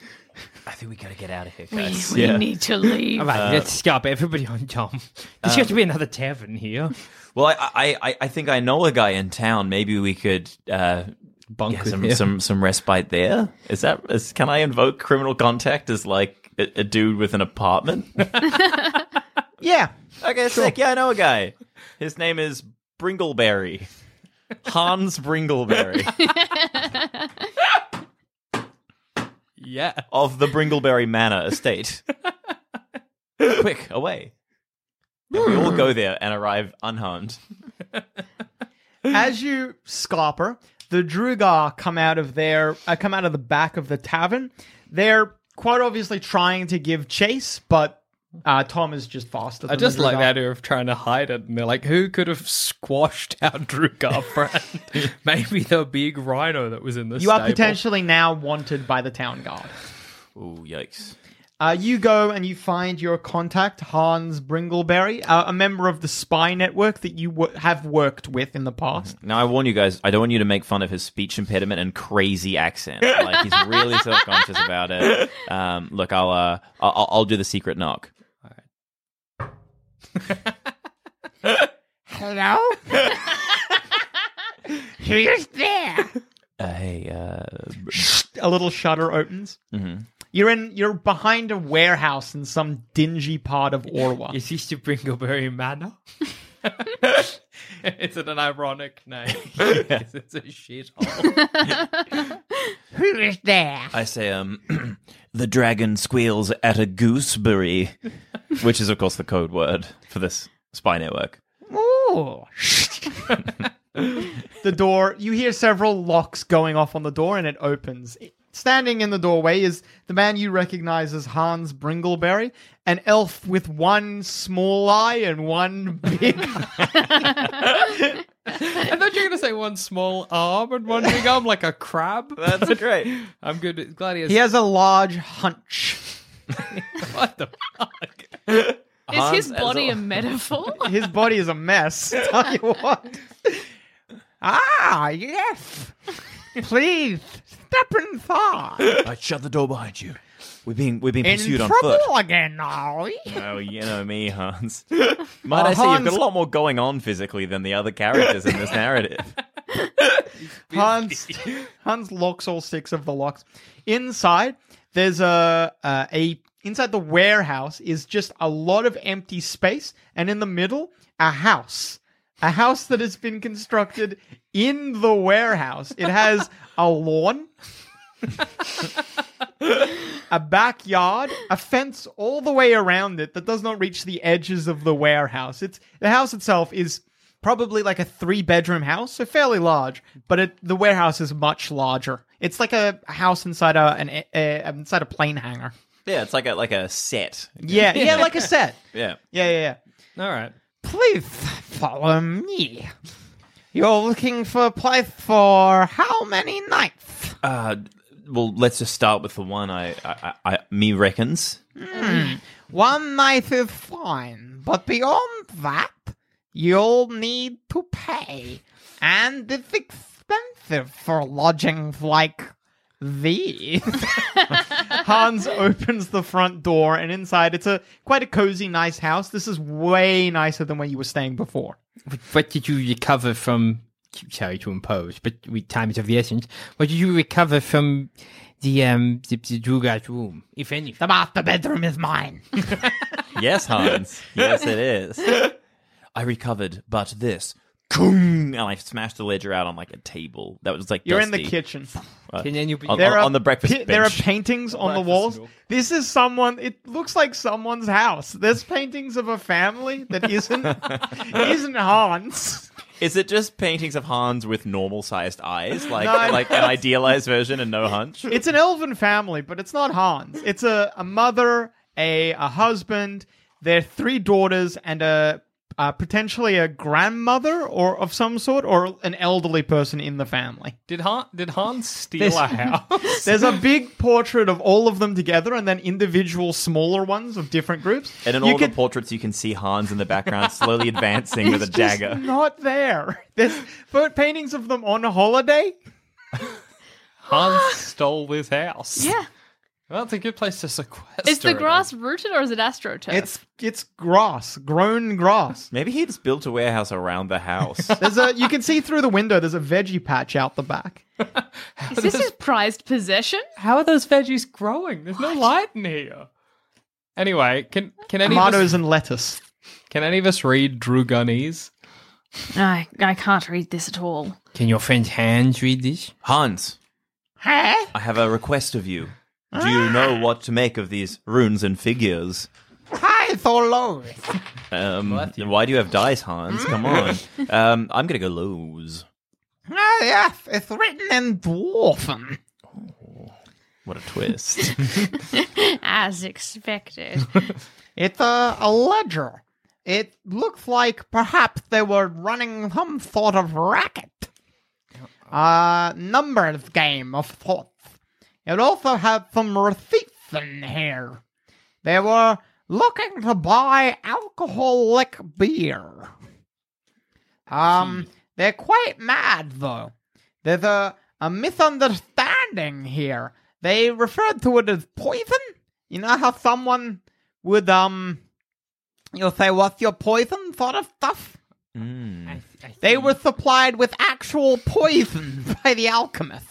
[SPEAKER 3] I think we gotta get out of here.
[SPEAKER 2] We,
[SPEAKER 3] Guys.
[SPEAKER 2] we
[SPEAKER 6] Yeah. Uh,
[SPEAKER 2] need to leave.
[SPEAKER 5] All right, let's stop everybody on Tom. There's got to be another tavern here.
[SPEAKER 6] Well, I, I, I- I think I know a guy in town. Maybe we could uh,
[SPEAKER 5] Bunk
[SPEAKER 6] get
[SPEAKER 5] with
[SPEAKER 6] some,
[SPEAKER 5] him.
[SPEAKER 6] some some respite there. Is that is, can I invoke criminal contact as like a, a dude with an apartment?
[SPEAKER 4] Yeah.
[SPEAKER 6] okay, sick. Yeah, I know a guy. His name is Bringleberry. Hans
[SPEAKER 5] [laughs]
[SPEAKER 6] Bringleberry
[SPEAKER 7] Yeah.
[SPEAKER 6] of the Bringleberry Manor
[SPEAKER 5] [laughs]
[SPEAKER 6] Estate. Quick, away. And we all go there and arrive unharmed.
[SPEAKER 4] As you scarper, the Drugar come out of their uh, come out of the back of the tavern. They're quite obviously trying to give chase, but uh, Tom is just faster.
[SPEAKER 7] I
[SPEAKER 4] than
[SPEAKER 7] just
[SPEAKER 4] the
[SPEAKER 7] like
[SPEAKER 4] Drugar.
[SPEAKER 7] the idea of trying to hide it, and they're like, "Who could have squashed [laughs] our
[SPEAKER 6] [laughs]
[SPEAKER 7] Drugar friend? Maybe the big rhino that was in this."
[SPEAKER 4] You are potentially now wanted by the town guard.
[SPEAKER 6] Ooh,
[SPEAKER 7] [laughs]
[SPEAKER 6] yikes.
[SPEAKER 4] Uh, you go and you find your contact, Hans Bringleberry, uh, a member of the spy network that you w- have worked with in the past.
[SPEAKER 6] Now I warn you guys, I don't want you to make fun of his speech impediment and crazy accent. Like
[SPEAKER 4] [laughs]
[SPEAKER 6] he's really self-conscious about it. Um, look, I'll, uh, I'll I'll- I'll do the secret knock. [laughs]
[SPEAKER 4] Hello? Who's there?
[SPEAKER 6] Uh, hey, uh, Mm-hmm.
[SPEAKER 4] A little shutter opens. You're in. You're behind a warehouse in some dingy part of Orwa.
[SPEAKER 5] Is this the Bringleberry Manor?
[SPEAKER 7] It's an ironic
[SPEAKER 6] [laughs]
[SPEAKER 7] name. [laughs] It's a shithole.
[SPEAKER 5] Who is there?
[SPEAKER 6] I say, um, [clears throat] the dragon squeals at a gooseberry, which is of course the code word for this spy network.
[SPEAKER 4] Ooh. the door, you hear several locks going off on the door and it opens. Standing in the doorway is the man you recognize as Hans Bringleberry, an elf with one small eye and one big
[SPEAKER 7] I thought you were gonna say one small arm and one big arm, like a crab.
[SPEAKER 6] That's great.
[SPEAKER 7] [laughs] I'm good. at- Glad he has.
[SPEAKER 4] He has a large hunch.
[SPEAKER 7] What the fuck?
[SPEAKER 2] Is his
[SPEAKER 6] Hans as
[SPEAKER 2] body
[SPEAKER 6] a-
[SPEAKER 2] a metaphor?
[SPEAKER 4] [laughs] His body is a
[SPEAKER 2] [laughs]
[SPEAKER 4] mess. Tell you what. Ah, yes. Please step inside.
[SPEAKER 6] [laughs] I shut the door behind you. We're being we're being
[SPEAKER 4] In
[SPEAKER 6] pursued on
[SPEAKER 4] trouble
[SPEAKER 6] foot.
[SPEAKER 4] again, are we?
[SPEAKER 6] Oh, you know me, [laughs] Hans. Might I say you've
[SPEAKER 4] Hans-
[SPEAKER 6] got a lot more going on physically than the other characters in this narrative.
[SPEAKER 4] Hans Hans locks all six of the locks. Inside, there's a uh, a inside the warehouse is just a lot of empty space, and in the middle, a house. A house that has been constructed in the warehouse. It
[SPEAKER 2] [laughs]
[SPEAKER 4] has a lawn, a backyard, a fence all the way around it that does not reach the edges of the warehouse. It's the house itself is probably like a three bedroom house, so fairly large, but it, the warehouse is much larger. It's like a house inside a an a, a, um, inside a plane hangar.
[SPEAKER 6] [laughs] yeah, it's like a like a set.
[SPEAKER 4] Yeah, yeah, like a set.
[SPEAKER 6] [laughs] Yeah.
[SPEAKER 4] Yeah, yeah, yeah.
[SPEAKER 7] All right.
[SPEAKER 4] Please follow me. You're looking for a place for how many nights?
[SPEAKER 6] Uh, well, let's just start with the one I, I, I, I me reckons.
[SPEAKER 4] Hmm. One night is fine, but beyond that, you'll need to pay. And it's expensive for lodgings like these. [laughs] Hans opens the front door, and inside it's a quite a cozy, nice house. This is way nicer than where you were staying before.
[SPEAKER 5] What did you recover from? Sorry to impose, but we times of the essence. What did you recover from the um the, the Drugar's room, if anything?
[SPEAKER 4] The master bedroom is mine. [laughs]
[SPEAKER 6] Yes, Hans. yes, it is. I recovered, but this. Kung! And I smashed the ledger out on like a table. That was like
[SPEAKER 4] You're in the
[SPEAKER 6] dusty.
[SPEAKER 4] kitchen.
[SPEAKER 6] Uh,
[SPEAKER 5] Can anybody-
[SPEAKER 6] on,
[SPEAKER 4] There
[SPEAKER 6] on-
[SPEAKER 4] are
[SPEAKER 6] on the breakfast
[SPEAKER 4] pi-
[SPEAKER 6] bench.
[SPEAKER 4] There are paintings on the walls. This is someone. It looks like someone's house. There's paintings of a family that
[SPEAKER 6] [laughs]
[SPEAKER 4] isn't isn't Hans.
[SPEAKER 6] Is it just paintings of Hans with normal
[SPEAKER 4] [laughs]
[SPEAKER 6] sized eyes, like
[SPEAKER 4] No.
[SPEAKER 6] like an idealized version and no hunch?
[SPEAKER 4] It's an elven family, but it's not Hans. It's a, a mother, a a husband, their three daughters, and a uh, potentially a grandmother or of some sort, or an elderly person in the family.
[SPEAKER 7] Did Han, did
[SPEAKER 2] [laughs]
[SPEAKER 7] Han steal a
[SPEAKER 4] [laughs]
[SPEAKER 7] house?
[SPEAKER 4] There's a big portrait of all of them together, and then individual smaller ones of different groups.
[SPEAKER 6] And in
[SPEAKER 4] You
[SPEAKER 6] all
[SPEAKER 4] could-
[SPEAKER 6] [laughs] the portraits, you can see Hans in the background slowly advancing
[SPEAKER 4] [laughs]
[SPEAKER 6] with a
[SPEAKER 4] it's just
[SPEAKER 6] dagger.
[SPEAKER 4] Not there. There's but paintings of them on holiday.
[SPEAKER 7] Han stole this house.
[SPEAKER 2] Yeah.
[SPEAKER 7] Well, it's a good place to sequester.
[SPEAKER 2] Is the
[SPEAKER 7] it.
[SPEAKER 2] grass rooted or is it astroturf?
[SPEAKER 4] It's it's grass, grown grass.
[SPEAKER 6] [laughs] Maybe he just built a warehouse around the
[SPEAKER 4] [laughs]
[SPEAKER 6] house.
[SPEAKER 4] There's a you can see through the window. There's a veggie patch out the back.
[SPEAKER 2] is this his prized possession?
[SPEAKER 7] How are those veggies growing? There's no light in here. Anyway, can can any of us,
[SPEAKER 4] Tomatoes and lettuce.
[SPEAKER 7] can any of us read Drew Gunny's?
[SPEAKER 2] I I can't read this at all.
[SPEAKER 5] Can your friend Hans read this?
[SPEAKER 6] Hans, I have a request of you. Do you know
[SPEAKER 4] Ah.
[SPEAKER 6] what to make of these runes and figures?
[SPEAKER 4] [laughs] Hi, Thorlois.
[SPEAKER 6] Um, why do you have dice, Hans? Come on.
[SPEAKER 4] Mm. [laughs]
[SPEAKER 6] Um, I'm going to go lows.
[SPEAKER 4] Ah, It's written in dwarfen.
[SPEAKER 6] What a twist.
[SPEAKER 2] [laughs] As expected.
[SPEAKER 4] It's a, a ledger. It looks like perhaps they were running some sort of racket. Uh, numbers game of sorts. It also had some receipts in here. They were looking to buy alcoholic beer. Um, they're quite mad though. There's a, a misunderstanding here. They referred to it as poison. You know how someone would um, you'll say, "What's your poison?" sort of stuff.
[SPEAKER 8] Mm. [laughs]
[SPEAKER 4] They were supplied with actual poison [laughs] by the alchemist,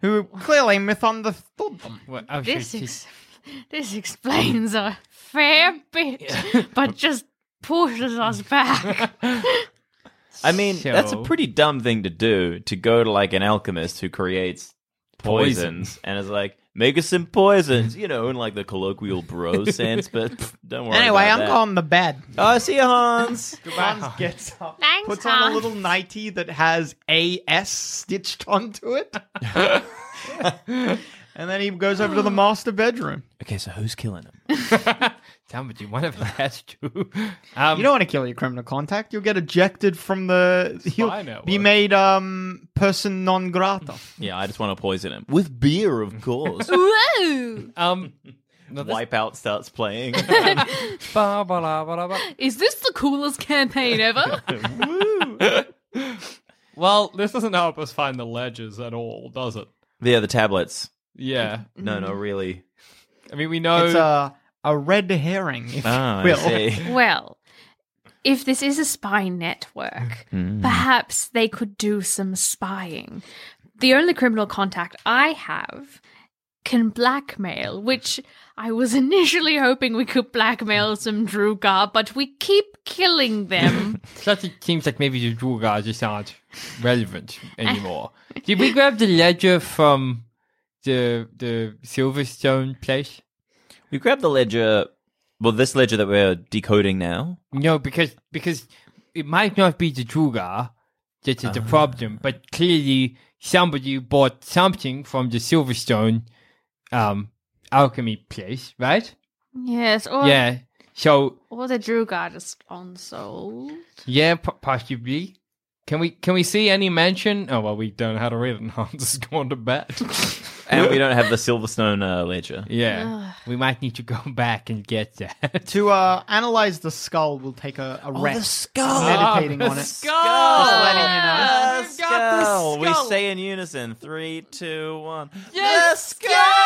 [SPEAKER 4] who clearly misunderstood
[SPEAKER 5] Um,
[SPEAKER 4] them.
[SPEAKER 7] What, oh,
[SPEAKER 2] this
[SPEAKER 7] shit,
[SPEAKER 2] ex- this explains a fair bit, but just pushes us back.
[SPEAKER 6] I mean, that's a
[SPEAKER 7] So-
[SPEAKER 6] pretty dumb thing to do to go to like an alchemist who creates poisons and is like, make us some poisons, you know, in like the colloquial bro sense, but pff, don't worry.
[SPEAKER 4] Anyway, I'm
[SPEAKER 6] about that.
[SPEAKER 4] going to bed.
[SPEAKER 6] Oh, see
[SPEAKER 4] [laughs]
[SPEAKER 6] you, Hans.
[SPEAKER 4] Hans gets up,
[SPEAKER 2] Thanks,
[SPEAKER 4] puts on
[SPEAKER 2] Hans.
[SPEAKER 4] a little nightie that has AS stitched onto
[SPEAKER 6] [laughs]
[SPEAKER 4] it, and then he goes over to the master bedroom.
[SPEAKER 6] okay, so who's killing him?
[SPEAKER 7] somebody one of us has
[SPEAKER 5] [laughs]
[SPEAKER 7] to. Um,
[SPEAKER 4] You don't want to kill your criminal contact. You'll get ejected from the. He'll
[SPEAKER 7] Spy network.
[SPEAKER 4] be made um person non grata.
[SPEAKER 6] Yeah, I just want to poison him with beer, of
[SPEAKER 4] [laughs]
[SPEAKER 6] course.
[SPEAKER 2] [laughs] Whoa!
[SPEAKER 7] um,
[SPEAKER 6] [laughs]
[SPEAKER 7] no, this-
[SPEAKER 6] Wipeout starts
[SPEAKER 4] [laughs]
[SPEAKER 6] playing.
[SPEAKER 5] Ba, ba, la, ba, la, ba.
[SPEAKER 2] Is this the coolest campaign ever?
[SPEAKER 7] well, this doesn't help us find the ledges at all, does it?
[SPEAKER 6] yeah, the tablets.
[SPEAKER 7] Yeah.
[SPEAKER 6] No, no, really.
[SPEAKER 7] I mean, we know.
[SPEAKER 4] It's a a red herring, if
[SPEAKER 6] Ah,
[SPEAKER 4] you will.
[SPEAKER 6] I
[SPEAKER 4] [laughs]
[SPEAKER 6] see.
[SPEAKER 2] well, if this is a spy network,
[SPEAKER 4] Mm-hmm.
[SPEAKER 2] perhaps they could do some spying. The only criminal contact I have can blackmail, which I was [laughs] initially hoping we could blackmail some Drugar, but we keep
[SPEAKER 4] [laughs]
[SPEAKER 2] killing them.
[SPEAKER 5] Such it seems like maybe the Drew guys just aren't relevant
[SPEAKER 2] [laughs]
[SPEAKER 5] anymore. Did we grab the ledger from the the Silverstone place?
[SPEAKER 6] We grabbed the ledger. Well, this ledger that we're decoding now.
[SPEAKER 5] No, because because it might not be the Druga that is the
[SPEAKER 4] Ah.
[SPEAKER 5] problem, but clearly somebody bought something from the Silverstone um alchemy place, right?
[SPEAKER 2] yes, or,
[SPEAKER 5] yeah. So
[SPEAKER 2] or the Drugar just on sold.
[SPEAKER 5] yeah, po- possibly.
[SPEAKER 7] Can we can we see any mention? Oh well, we don't know how to read it. [laughs] and Hans is going to bed. [laughs]
[SPEAKER 6] And we don't have the Silverstone uh, ledger.
[SPEAKER 7] yeah,
[SPEAKER 5] We might need to go [laughs] back and get that.
[SPEAKER 4] To uh, analyze the skull, we'll take a, a rest.
[SPEAKER 6] Oh, skull. Ah,
[SPEAKER 4] Meditating on it.
[SPEAKER 6] Skull.
[SPEAKER 4] letting you know.
[SPEAKER 6] The skull. We say in unison: three, two, one. Yes,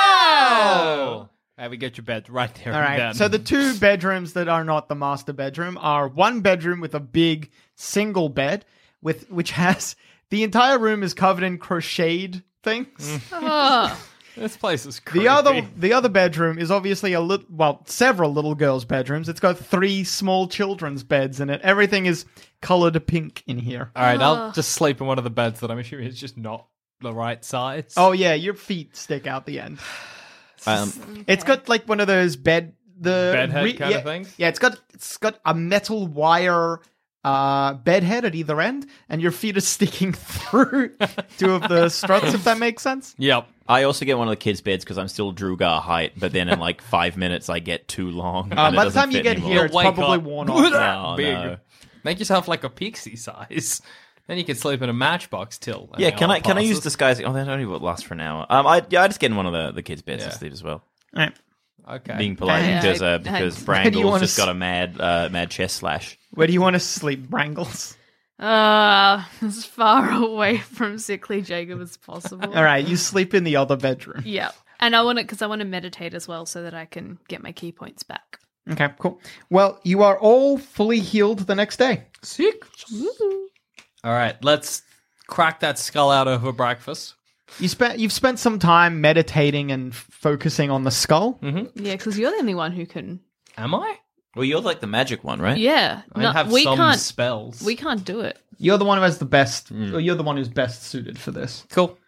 [SPEAKER 4] Oh!
[SPEAKER 6] skull.
[SPEAKER 5] Uh, we go to bed right there.
[SPEAKER 4] All right.
[SPEAKER 5] and then.
[SPEAKER 4] So the two bedrooms that are not the master bedroom are one bedroom with a big single bed, with which has [laughs] the entire room is covered in crocheted things.
[SPEAKER 2] Ugh.
[SPEAKER 7] Mm. [laughs] this place is creepy.
[SPEAKER 4] The other the other bedroom is obviously a little well, several little girls' bedrooms. It's got three small children's beds in it. Everything is colored pink in here.
[SPEAKER 7] All right, I'll just sleep in one of the beds that I'm assuming is just not the right size.
[SPEAKER 4] Oh yeah, your feet stick out the end.
[SPEAKER 7] [laughs]
[SPEAKER 6] Um,
[SPEAKER 4] It's got like one of those bed the
[SPEAKER 7] Bed head kind
[SPEAKER 4] yeah,
[SPEAKER 7] of things?
[SPEAKER 4] Yeah, it's got it's got a metal wire uh bed head at [laughs] either end, and your feet are sticking through two of the struts. if that makes sense.
[SPEAKER 7] yep.
[SPEAKER 6] I also get one of the kids' beds because I'm still Drugar height, but then
[SPEAKER 7] [laughs]
[SPEAKER 6] in like five minutes I get too long.
[SPEAKER 4] Uh,
[SPEAKER 6] and it
[SPEAKER 4] by the
[SPEAKER 6] doesn't
[SPEAKER 4] time you
[SPEAKER 6] fit
[SPEAKER 4] get
[SPEAKER 6] anymore.
[SPEAKER 4] here, it's
[SPEAKER 7] Wake
[SPEAKER 4] probably
[SPEAKER 7] up.
[SPEAKER 4] worn
[SPEAKER 7] [laughs]
[SPEAKER 4] off.
[SPEAKER 6] [laughs] No,
[SPEAKER 7] Big.
[SPEAKER 6] no.
[SPEAKER 7] Make yourself like a pixie size. [laughs] Then you can sleep in a matchbox till. an
[SPEAKER 6] Yeah, can
[SPEAKER 7] hour
[SPEAKER 6] I can I use
[SPEAKER 7] passes.
[SPEAKER 6] disguise? Oh, that only would last for an hour. Um, I yeah, I just get in one of the, the kids' beds to
[SPEAKER 7] Yeah.
[SPEAKER 6] sleep as well.
[SPEAKER 4] Right.
[SPEAKER 7] Okay.
[SPEAKER 6] Being polite
[SPEAKER 2] Yeah.
[SPEAKER 6] because uh,
[SPEAKER 2] Yeah.
[SPEAKER 6] because
[SPEAKER 4] Where do [laughs] you
[SPEAKER 6] Brangle's
[SPEAKER 4] wanna
[SPEAKER 6] just got
[SPEAKER 4] s-
[SPEAKER 6] a mad uh, mad chest slash.
[SPEAKER 4] Where do you want to sleep, Brangles?
[SPEAKER 2] Uh, [laughs] as far away from sickly Jacob as possible.
[SPEAKER 4] All right, you sleep in the other bedroom.
[SPEAKER 2] Yeah. And I want to, because I want to meditate as well so that I can get my key points back.
[SPEAKER 4] Okay, cool. Well, you are all fully healed the next day.
[SPEAKER 7] sick. All right, let's crack that skull out over breakfast.
[SPEAKER 4] You spent you've spent some time meditating and f- focusing on the skull.
[SPEAKER 2] Yeah, because you're the only one who can.
[SPEAKER 7] Am I?
[SPEAKER 6] Well, you're like the magic one, right?
[SPEAKER 2] Yeah.
[SPEAKER 7] I
[SPEAKER 2] no,
[SPEAKER 7] have
[SPEAKER 2] we
[SPEAKER 7] some
[SPEAKER 2] can't.
[SPEAKER 7] spells.
[SPEAKER 2] we can't do it.
[SPEAKER 4] You're the one who has the best. Or you're the one who's best suited for this. Um,
[SPEAKER 7] cool.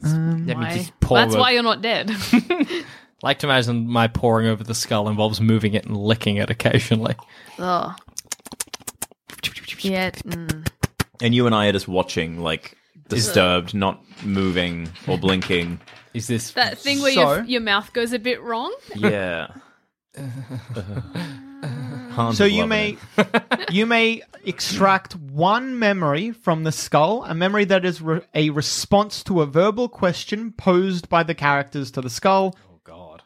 [SPEAKER 5] Let me
[SPEAKER 2] Why?
[SPEAKER 5] just pour
[SPEAKER 2] That's
[SPEAKER 5] over-
[SPEAKER 2] why you're not dead.
[SPEAKER 7] Like to imagine my pouring over the skull involves moving it and licking
[SPEAKER 6] [laughs]
[SPEAKER 7] it occasionally.
[SPEAKER 2] oh. Yeah. mm.
[SPEAKER 6] And you and I are just watching, like disturbed, not moving or blinking.
[SPEAKER 7] Is this
[SPEAKER 2] That thing where
[SPEAKER 4] So- [laughs]
[SPEAKER 2] your, your mouth goes a bit wrong.
[SPEAKER 6] Yeah. Hans
[SPEAKER 4] So
[SPEAKER 6] is
[SPEAKER 4] you
[SPEAKER 6] loving
[SPEAKER 4] may [laughs]
[SPEAKER 6] it.
[SPEAKER 4] you may extract one memory from the skull, a memory that is re- a response to a verbal question posed by the characters to the skull. Oh god.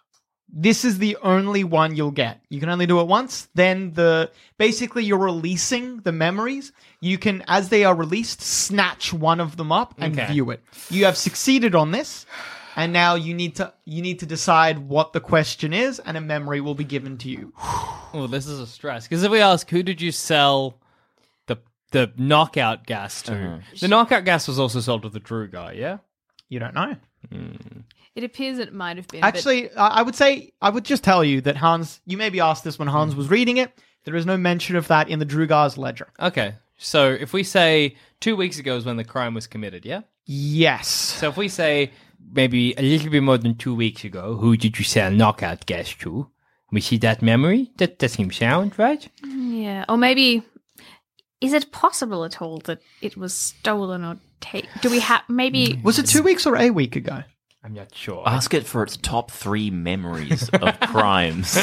[SPEAKER 4] This is the only one you'll get. You can only do it once. Then the basically you're releasing the memories. You can as they are released snatch one of them up and
[SPEAKER 7] Okay.
[SPEAKER 4] view it. You have succeeded on this. And now you need to you need to decide what the question is and a memory will be given to
[SPEAKER 7] [sighs]
[SPEAKER 4] you.
[SPEAKER 7] Oh, this is a stress. Because if we ask who did you sell the the knockout gas to,
[SPEAKER 6] Uh-huh.
[SPEAKER 7] the knockout gas was also sold to the Drew guy, yeah?
[SPEAKER 4] You don't know.
[SPEAKER 2] [laughs]
[SPEAKER 5] Hmm.
[SPEAKER 2] It appears it might have been. but-
[SPEAKER 4] Actually, I I would say I would just tell you that Hans. You maybe asked this when Hans was reading it. There is no mention of that in the Drugar's ledger.
[SPEAKER 7] Okay. So if we say two weeks ago is when the crime was committed, yeah?
[SPEAKER 4] Yes.
[SPEAKER 7] So if we say [laughs]
[SPEAKER 5] maybe a little bit more than two weeks ago, who did you sell knockout gas to? We see that memory? That, that seems sound, right?
[SPEAKER 2] yeah. Or maybe, is it possible at all that it was stolen or taken? Do we have maybe?
[SPEAKER 4] Was it two weeks or a week ago?
[SPEAKER 5] Hmm. I'm not sure.
[SPEAKER 6] ask it for its top three memories [laughs] of crimes.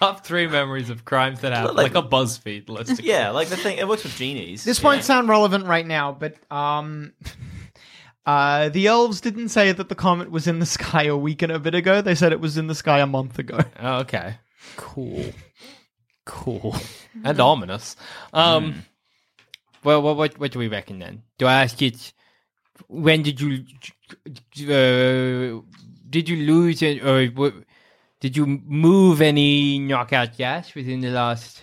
[SPEAKER 7] top three memories of crimes that happened, like,
[SPEAKER 6] Like-
[SPEAKER 7] a BuzzFeed list.
[SPEAKER 6] [laughs] yeah, like the thing. It works with genies.
[SPEAKER 4] This won't sound relevant right now, but um, [laughs] uh, the elves didn't say that the comet was in the sky a week and a bit ago. They said it was in the sky a month ago. [laughs]
[SPEAKER 7] Oh, okay. Cool.
[SPEAKER 5] [laughs]
[SPEAKER 7] Cool. and ominous. Um,
[SPEAKER 5] Well, what, what, what do we reckon then? Do I ask it? When did you uh, did you lose it, or w- did you move any knockout gas within the last?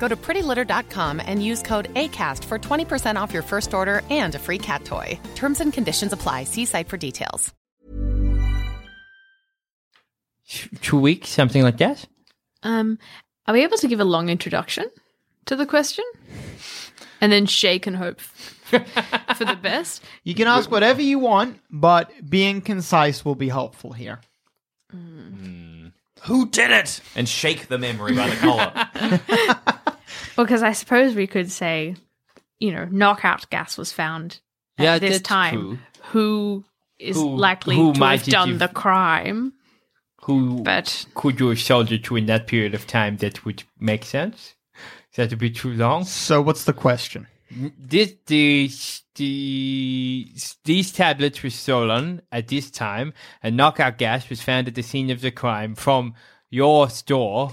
[SPEAKER 9] Go to prettylitter.com and use code ACAST for 20% off your first order and a free cat toy. Terms and conditions apply. See site for details.
[SPEAKER 5] Two weeks, something like that.
[SPEAKER 2] Um, are we able to give a long introduction to the question, and then shake and hope f- for the best?
[SPEAKER 4] You can ask whatever you want, but being concise will be helpful here.
[SPEAKER 6] Who did it? And shake the memory by the collar. [laughs]
[SPEAKER 2] Because I suppose we could say, you know, knockout gas was found at
[SPEAKER 5] Yeah,
[SPEAKER 2] this
[SPEAKER 5] that's
[SPEAKER 2] time.
[SPEAKER 5] true.
[SPEAKER 2] Who is
[SPEAKER 5] Who-
[SPEAKER 2] likely
[SPEAKER 5] who
[SPEAKER 2] to
[SPEAKER 5] might
[SPEAKER 2] have
[SPEAKER 5] did
[SPEAKER 2] done
[SPEAKER 5] you-
[SPEAKER 2] the crime?
[SPEAKER 5] Who
[SPEAKER 2] But
[SPEAKER 5] could you soldier to in that period of time that would make sense? That would be too long.
[SPEAKER 4] So what's the question?
[SPEAKER 5] This the the these tablets were stolen at this time, and knockout gas was found at the scene of the crime from your store.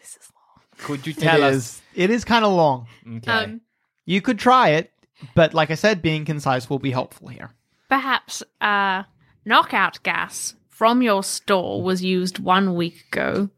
[SPEAKER 5] this is long. Could you tell
[SPEAKER 4] it
[SPEAKER 5] us?
[SPEAKER 4] is- It is kind of long.
[SPEAKER 5] Okay.
[SPEAKER 2] Um,
[SPEAKER 4] You could try it, but like I said, being concise will be helpful here.
[SPEAKER 2] perhaps uh, knockout gas from your store was used one week ago.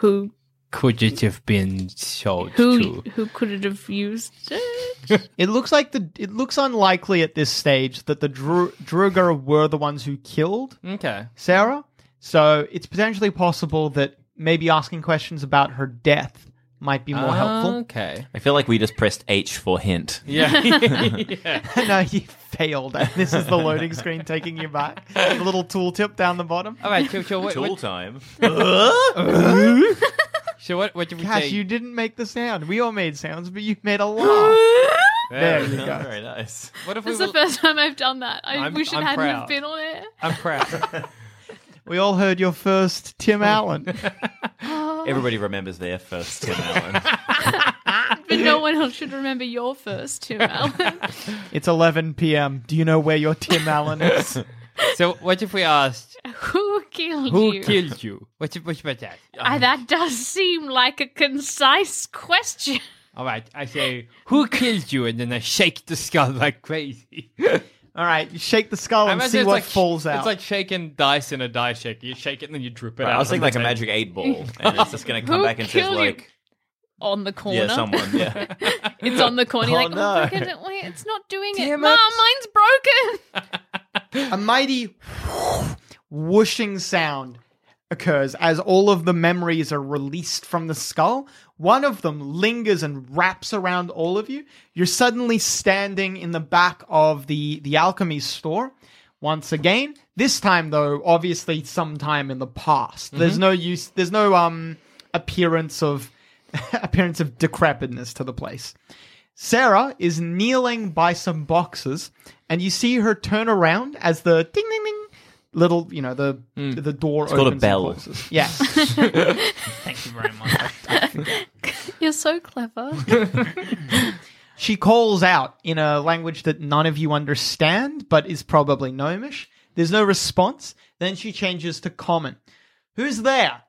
[SPEAKER 2] Who
[SPEAKER 5] Could it have been sold
[SPEAKER 2] who
[SPEAKER 5] to?
[SPEAKER 2] who could it have used it?
[SPEAKER 4] It looks like the it looks unlikely at this stage that the Dru- Druger were the ones who killed
[SPEAKER 5] Okay.
[SPEAKER 4] Sarah. So it's potentially possible that maybe asking questions about her death might be more helpful.
[SPEAKER 5] Okay.
[SPEAKER 6] I feel like we just pressed H for hint. [laughs]
[SPEAKER 4] [laughs]
[SPEAKER 5] Yeah.
[SPEAKER 4] no, you failed. [laughs] This is the loading screen taking you back. The little tooltip down the bottom.
[SPEAKER 5] All right, so, so what,
[SPEAKER 6] Tool
[SPEAKER 5] what,
[SPEAKER 6] time.
[SPEAKER 5] [laughs] so what, what did we
[SPEAKER 4] Cash,
[SPEAKER 5] say?
[SPEAKER 4] you didn't make the sound. We all made sounds, but you made a
[SPEAKER 5] [laughs]
[SPEAKER 4] laugh. there you go.
[SPEAKER 6] Very nice.
[SPEAKER 5] what if we
[SPEAKER 2] It's the
[SPEAKER 5] will-
[SPEAKER 2] first time I've done that. I
[SPEAKER 5] I'm-
[SPEAKER 2] wish it
[SPEAKER 5] I'm
[SPEAKER 2] hadn't
[SPEAKER 5] proud.
[SPEAKER 2] have been on air.
[SPEAKER 5] I'm proud.
[SPEAKER 4] [laughs] We all heard your first
[SPEAKER 5] [laughs]
[SPEAKER 4] Tim Allen.
[SPEAKER 6] Everybody remembers their first [laughs] Tim Allen.
[SPEAKER 2] But no one else should remember your first
[SPEAKER 5] [laughs]
[SPEAKER 2] two, Alan.
[SPEAKER 4] It's 11 p.m. Do you know where your Tim Allen is?
[SPEAKER 5] [laughs] so what if we asked
[SPEAKER 2] Who killed
[SPEAKER 5] who
[SPEAKER 2] you?
[SPEAKER 5] killed you? What, if- what about that?
[SPEAKER 6] Um,
[SPEAKER 2] Ah, that does seem like a concise question.
[SPEAKER 5] All right, I say who killed you, and then I shake the skull like crazy.
[SPEAKER 4] all right, you shake the skull and see what falls out.
[SPEAKER 5] It's like shaking dice in a die shaker. You shake it and then you drip it out.
[SPEAKER 6] I was thinking
[SPEAKER 5] on
[SPEAKER 6] like
[SPEAKER 5] the
[SPEAKER 6] a
[SPEAKER 5] table.
[SPEAKER 6] magic eight
[SPEAKER 7] [laughs]
[SPEAKER 6] ball, Oh, and it's just going to come
[SPEAKER 2] Who
[SPEAKER 6] back and says
[SPEAKER 2] killed you?
[SPEAKER 6] like,
[SPEAKER 2] On the corner.
[SPEAKER 6] yeah, someone, yeah.
[SPEAKER 2] [laughs] It's on the corner. You're
[SPEAKER 6] Oh,
[SPEAKER 2] like, oh,
[SPEAKER 6] no.
[SPEAKER 2] fuck, it, wait, it's not doing it.
[SPEAKER 5] Damn
[SPEAKER 2] Mom,
[SPEAKER 5] it.
[SPEAKER 2] mine's
[SPEAKER 4] [laughs]
[SPEAKER 2] broken.
[SPEAKER 4] a mighty whooshing sound occurs as all of the memories are released from the skull. One of them lingers and wraps around all of you. You're suddenly standing in the back of the, the alchemy store once again. This time though, obviously sometime in the past.
[SPEAKER 5] Mm-hmm.
[SPEAKER 4] There's no use there's no um appearance of [laughs] appearance of decrepitness to the place. Sarah is kneeling by some boxes, and you see her turn around as the ding ding ding little, you know, the the door it's
[SPEAKER 6] Hmm. called
[SPEAKER 4] opens
[SPEAKER 6] a
[SPEAKER 4] and
[SPEAKER 6] bell.
[SPEAKER 4] closes.
[SPEAKER 2] [laughs]
[SPEAKER 4] Yeah.
[SPEAKER 2] [laughs] You're so
[SPEAKER 6] [laughs]
[SPEAKER 2] clever.
[SPEAKER 4] she calls out in a language that none of you understand, but is probably gnomish. There's no response. Then she changes to common. Who's there?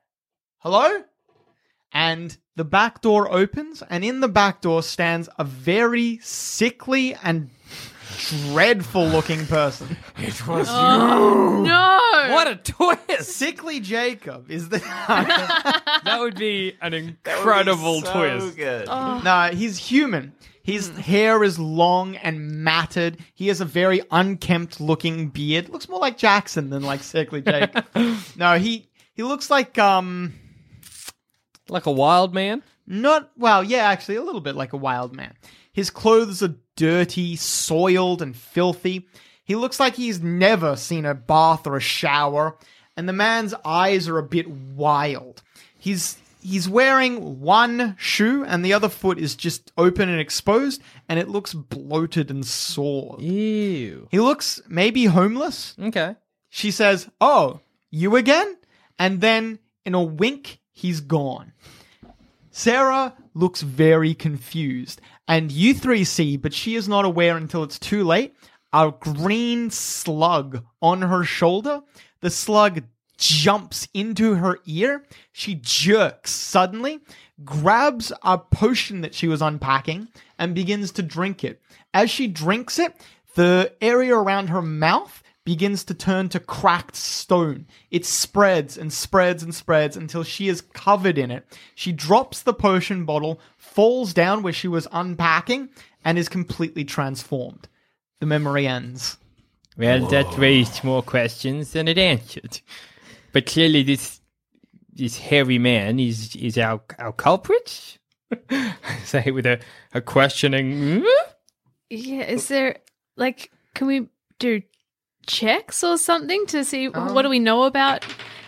[SPEAKER 4] Hello? And the back door opens, and in the back door stands a very sickly and dreadful looking person.
[SPEAKER 7] Oh,
[SPEAKER 2] no.
[SPEAKER 5] What a
[SPEAKER 7] [laughs]
[SPEAKER 5] twist!
[SPEAKER 4] Sickly Jacob is the
[SPEAKER 5] That would be an incredible twist.
[SPEAKER 7] Oh.
[SPEAKER 2] Oh.
[SPEAKER 4] No, he's human. His hair is long and matted. He has a very unkempt looking beard. Looks more like Jackson than like Sickly Jake. no, he he looks like um
[SPEAKER 5] Like a wild man.
[SPEAKER 4] not well, yeah, actually a little bit like a wild man. His clothes are dirty, soiled and filthy. He looks like he's never seen a bath or a shower, and the man's eyes are a bit wild. He's he's wearing one shoe and the other foot is just open and exposed and it looks bloated and sore.
[SPEAKER 5] Ew.
[SPEAKER 4] He looks maybe homeless
[SPEAKER 5] Okay.
[SPEAKER 4] she says, Oh, you again? And then in a wink, he's gone. Sarah looks very confused, and you three see, but she is not aware until it's too late, a green slug on her shoulder. The slug jumps into her ear. She jerks suddenly, grabs a potion that she was unpacking, and begins to drink it. As she drinks it, the area around her mouth begins to turn to cracked stone. It spreads and spreads and spreads until she is covered in it. She drops the potion bottle, falls down where she was unpacking, and is completely transformed. The memory ends.
[SPEAKER 5] Well, that raised more questions than it answered. But clearly, this this hairy man is is our our culprit. [laughs] Say with a, a questioning. mm,
[SPEAKER 2] Yeah, is there
[SPEAKER 5] Um,
[SPEAKER 2] like can we do checks or something to see what do we know about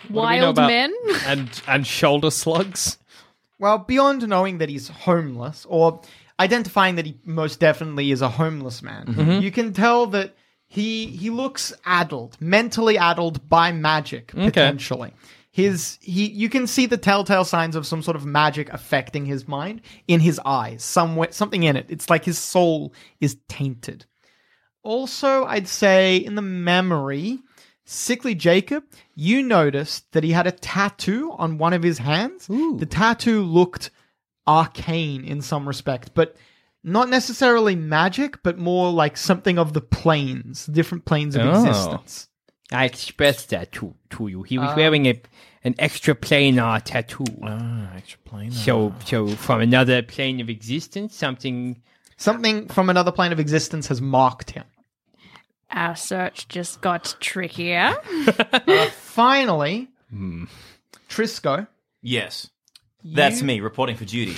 [SPEAKER 4] What do we know
[SPEAKER 2] Wild
[SPEAKER 4] about-
[SPEAKER 2] men?
[SPEAKER 7] and and shoulder slugs.
[SPEAKER 4] Well, beyond knowing that he's homeless or identifying that he most definitely is a homeless man,
[SPEAKER 7] Mhm.
[SPEAKER 4] you can tell that he he looks addled, mentally addled by magic
[SPEAKER 7] Okay.
[SPEAKER 4] potentially. His he you can see the telltale signs of some sort of magic affecting his mind in his eyes, somewhere something in it. It's like his soul is tainted. Also, I'd say in the memory, Sickly Jacob, you noticed that he had a tattoo on one of his hands. The tattoo looked arcane in some respect, but not necessarily magic, but more like something of the planes, different planes
[SPEAKER 5] Oh.
[SPEAKER 4] of
[SPEAKER 7] Oh.
[SPEAKER 4] existence.
[SPEAKER 7] I expressed that to, to you. He was
[SPEAKER 4] Ah.
[SPEAKER 7] wearing a an extra planar tattoo. Ah, extra planar. So so from another plane of existence, something
[SPEAKER 4] Something from another plane of existence has marked him.
[SPEAKER 2] Our search just got trickier.
[SPEAKER 4] Finally,
[SPEAKER 6] Hmm.
[SPEAKER 4] Trisco,
[SPEAKER 6] Yes. That's
[SPEAKER 4] You-
[SPEAKER 6] me reporting for [laughs] duty.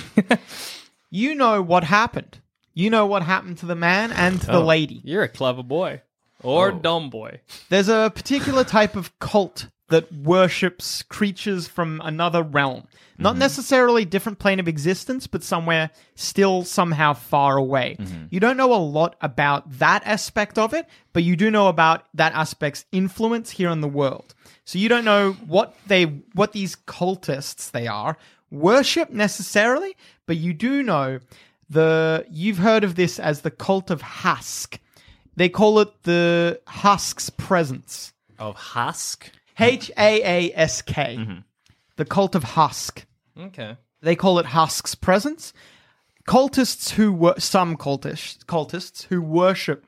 [SPEAKER 4] you know what happened. You know what happened to the man and to the
[SPEAKER 7] Oh.
[SPEAKER 4] lady.
[SPEAKER 7] You're a clever boy.
[SPEAKER 6] Oh.
[SPEAKER 7] Or dumb boy.
[SPEAKER 4] There's a particular type of cult that worships creatures from another realm. Not necessarily different plane of existence, but somewhere still somehow far away. You don't know a lot about that aspect of it, but you do know about that aspect's influence here in the world. So you don't know what they what these cultists they are worship necessarily, but you do know the you've heard of this as the cult of Hask. They call it the Husk's presence.
[SPEAKER 7] Of husk.
[SPEAKER 4] H A A S K. The cult of Husk.
[SPEAKER 7] Okay.
[SPEAKER 4] They call it Husk's presence. Cultists who were some cultish cultists who worship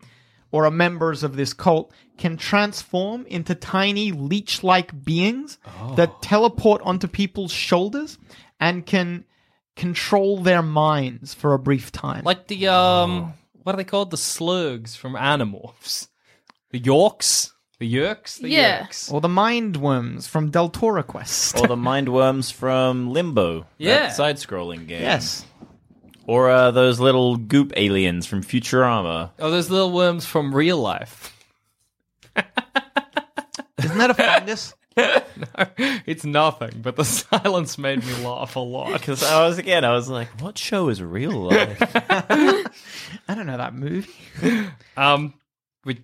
[SPEAKER 4] or are members of this cult can transform into tiny leech-like beings that teleport onto people's shoulders and can control their minds for a brief time.
[SPEAKER 7] Like the
[SPEAKER 6] Oh.
[SPEAKER 7] um what are they called? The slurgs from Animorphs. The Yorks? The Yerks? The
[SPEAKER 2] Yeah.
[SPEAKER 7] Yerks.
[SPEAKER 4] or the mind worms Um, from Deltora Quest.
[SPEAKER 6] or the mind worms from Limbo.
[SPEAKER 7] Yeah.
[SPEAKER 6] Side scrolling game.
[SPEAKER 4] yes.
[SPEAKER 6] Or uh, those little goop aliens from Futurama.
[SPEAKER 7] Oh, those little worms from real life. [laughs]
[SPEAKER 4] Isn't that a
[SPEAKER 7] [laughs]
[SPEAKER 4] fungus?
[SPEAKER 7] It's nothing, but the [laughs] silence made me laugh a lot.
[SPEAKER 6] Because I was, again, I was like, what show is real life?
[SPEAKER 4] I don't know that movie.
[SPEAKER 7] Um would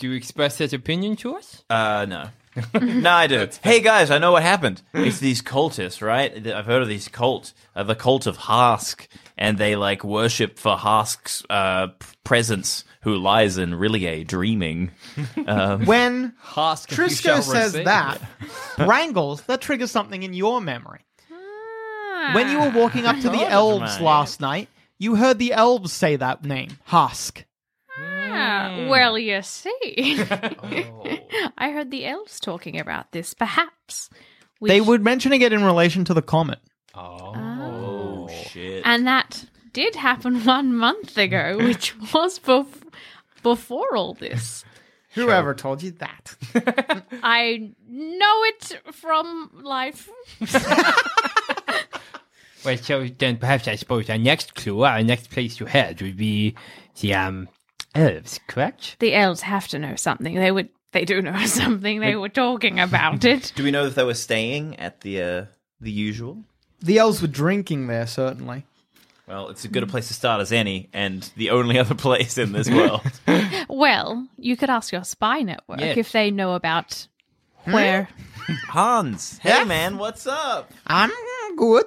[SPEAKER 7] you express that opinion to us?
[SPEAKER 6] uh, no. [laughs] no, I do. Hey guys, I know what happened. It's these cultists, right? Th- I've heard of these cult, uh, the cult of Hask, and they like worship for Hask's uh, p- presence, who lies in Rillier dreaming. [laughs] Um,
[SPEAKER 4] When
[SPEAKER 7] Hask you shall
[SPEAKER 4] Trisco says
[SPEAKER 7] receive.
[SPEAKER 4] that, [laughs] Wrangles, that triggers something in your memory. When you were walking up to the elves last night, you heard the elves say that name, Husk.
[SPEAKER 2] Ah, well, you see. I heard the elves talking about this. Perhaps. We
[SPEAKER 4] They
[SPEAKER 2] sh-
[SPEAKER 4] were mentioning it in relation to the comet.
[SPEAKER 6] oh shit!
[SPEAKER 2] And that did happen [laughs] one month ago, which was bef- before all this.
[SPEAKER 4] Whoever told you that?
[SPEAKER 2] I know it from life.
[SPEAKER 7] Wait, so then perhaps I suppose our next clue, our next place to head would be the um elves, correct?
[SPEAKER 2] The elves have to know something. They would. They do know [laughs] something. They
[SPEAKER 6] [laughs]
[SPEAKER 2] were talking about it.
[SPEAKER 6] Do we know if they were staying at the uh, the usual?
[SPEAKER 4] The elves were drinking there, certainly.
[SPEAKER 6] Well, it's as good a place to start as any, and the only [laughs] other place in this world.
[SPEAKER 2] Well, you could ask your spy network
[SPEAKER 7] Yes.
[SPEAKER 2] if they know about where.
[SPEAKER 6] Hmm? [laughs] Hans, hey man, what's up?
[SPEAKER 4] I'm good.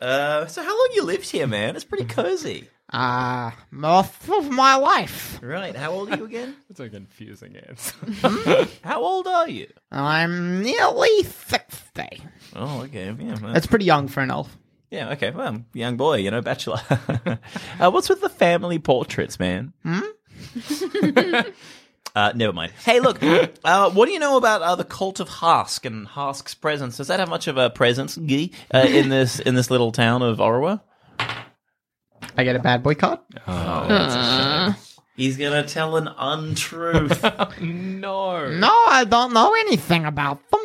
[SPEAKER 6] Uh, so how long you lived here, man? It's pretty cozy.
[SPEAKER 4] Ah, moth of my life.
[SPEAKER 6] Right, how old are you again? Hmm?
[SPEAKER 7] That's a [laughs] confusing answer.
[SPEAKER 6] How old are you?
[SPEAKER 4] I'm nearly 60.
[SPEAKER 6] Oh, okay, yeah, man.
[SPEAKER 4] That's pretty young for an elf.
[SPEAKER 6] yeah, okay. Well, I'm a young boy, you know, bachelor. [laughs] uh, what's with the family portraits, man? Hmm. uh, never mind. Hey,
[SPEAKER 7] [laughs]
[SPEAKER 6] look, uh, what do you know about uh, the cult of Hask and Hask's presence? Does that have much of a presence, Guy, uh, in this in this little town of Orwa?
[SPEAKER 4] I get a bad boy card?
[SPEAKER 7] Oh,
[SPEAKER 6] He's gonna tell an untruth.
[SPEAKER 7] [laughs] no.
[SPEAKER 4] No, I don't know anything about them.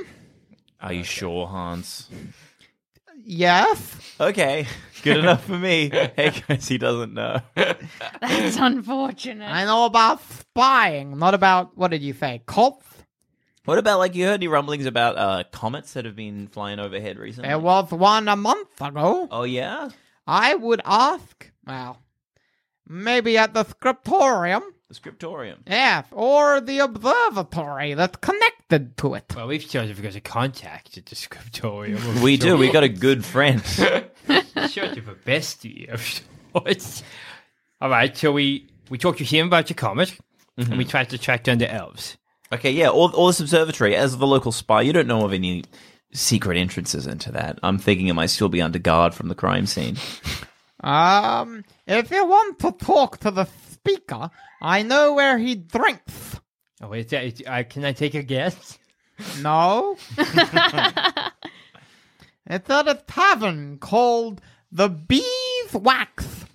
[SPEAKER 6] Are you sure, Hans?
[SPEAKER 4] Yes.
[SPEAKER 6] Okay, [laughs] good enough for me. Hey guys, he doesn't know. [laughs]
[SPEAKER 2] That's [laughs] unfortunate.
[SPEAKER 4] I know about spying, not about what did you say, cults?
[SPEAKER 6] What about like you heard any rumblings about uh, comets that have been flying overhead recently?
[SPEAKER 4] There was one a month ago.
[SPEAKER 6] Oh yeah,
[SPEAKER 4] I would ask, well, maybe at the scriptorium.
[SPEAKER 6] the scriptorium.
[SPEAKER 4] Yeah, or the observatory that's connected to it.
[SPEAKER 5] Well, we've chosen if you guys are contacted the scriptorium.
[SPEAKER 6] [laughs] We do. We got a good
[SPEAKER 7] [laughs]
[SPEAKER 6] friend.
[SPEAKER 5] Sure, you have a bestie of sorts. All right, so we we talked to him about your comet, and
[SPEAKER 6] Mm-hmm.
[SPEAKER 5] we tried to track down the elves.
[SPEAKER 6] [laughs] okay, yeah. All, all this observatory as the local spy. You don't know of any secret entrances into that. I'm thinking it might still be under guard from the crime scene.
[SPEAKER 4] Um, if you want to talk to the speaker, I know where he drinks.
[SPEAKER 5] Oh wait, is that, uh, can I take a guess? [laughs]
[SPEAKER 4] No? it's at a tavern called the Beeswax.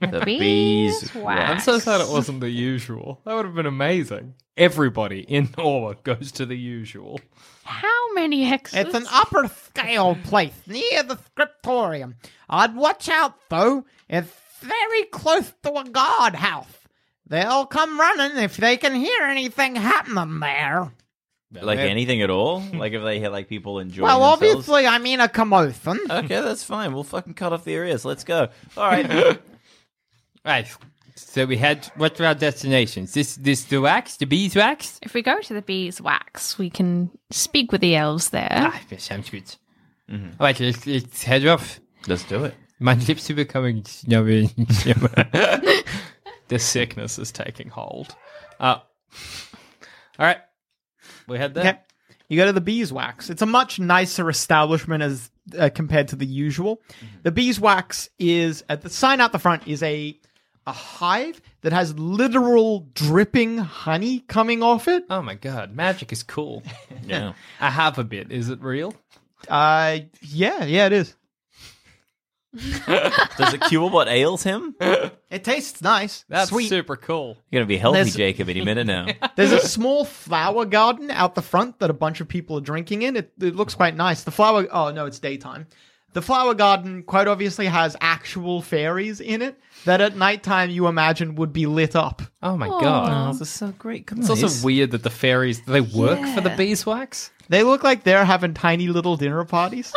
[SPEAKER 6] The bees.
[SPEAKER 5] I'm so sad it wasn't the usual. That would have been amazing. Everybody in [laughs] Norwood goes to the usual.
[SPEAKER 2] How many exes?
[SPEAKER 4] It's an upper scale place near the scriptorium. I'd watch out though. It's very close to a guardhouse. They'll come running if they can hear anything happening there.
[SPEAKER 6] Like anything at all? Like if they hear like people enjoying
[SPEAKER 4] well,
[SPEAKER 6] themselves?
[SPEAKER 4] obviously, I mean a commotion.
[SPEAKER 6] Okay, that's fine. We'll fucking cut off their ears. Let's go. All right.
[SPEAKER 5] [laughs] Right. So we had what were our destinations? This this the wax, [laughs] the beeswax.
[SPEAKER 2] if we go to the beeswax, we can speak with the elves there.
[SPEAKER 5] Ah, that sounds good. All right, let's, let's head off.
[SPEAKER 6] Mm-hmm. Let's do it.
[SPEAKER 5] My lips are becoming snubby.
[SPEAKER 6] [laughs]
[SPEAKER 5] the sickness is taking hold. Uh, all right, we head there.
[SPEAKER 4] Okay. You go to the beeswax. It's a much nicer establishment as uh, compared to the usual.
[SPEAKER 5] Mm-hmm.
[SPEAKER 4] The beeswax is at the sign out the front is a a hive that has literal dripping honey coming off it.
[SPEAKER 5] Oh my god, magic is cool.
[SPEAKER 6] Yeah.
[SPEAKER 5] I have a bit. Is it real?
[SPEAKER 4] Uh, yeah, yeah, it is.
[SPEAKER 6] [laughs] Does it cure what
[SPEAKER 4] [laughs]
[SPEAKER 6] ails him? You're
[SPEAKER 4] [laughs] It tastes nice.
[SPEAKER 5] That's
[SPEAKER 4] sweet.
[SPEAKER 5] super cool.
[SPEAKER 6] gonna be healthy,
[SPEAKER 4] There's-
[SPEAKER 6] Jacob, any
[SPEAKER 4] [laughs]
[SPEAKER 6] minute now.
[SPEAKER 4] There's a small flower garden out the front that a bunch of people are drinking in. It, it looks quite nice. The flower. Oh no, it's daytime. The flower garden quite obviously has actual fairies in it that at nighttime you imagine would be lit up.
[SPEAKER 5] Oh my god.
[SPEAKER 6] this is so great. Come
[SPEAKER 5] [laughs] It's also weird that the fairies do they work for the
[SPEAKER 2] Yeah.
[SPEAKER 5] beeswax.
[SPEAKER 4] They look like they're having tiny little dinner parties.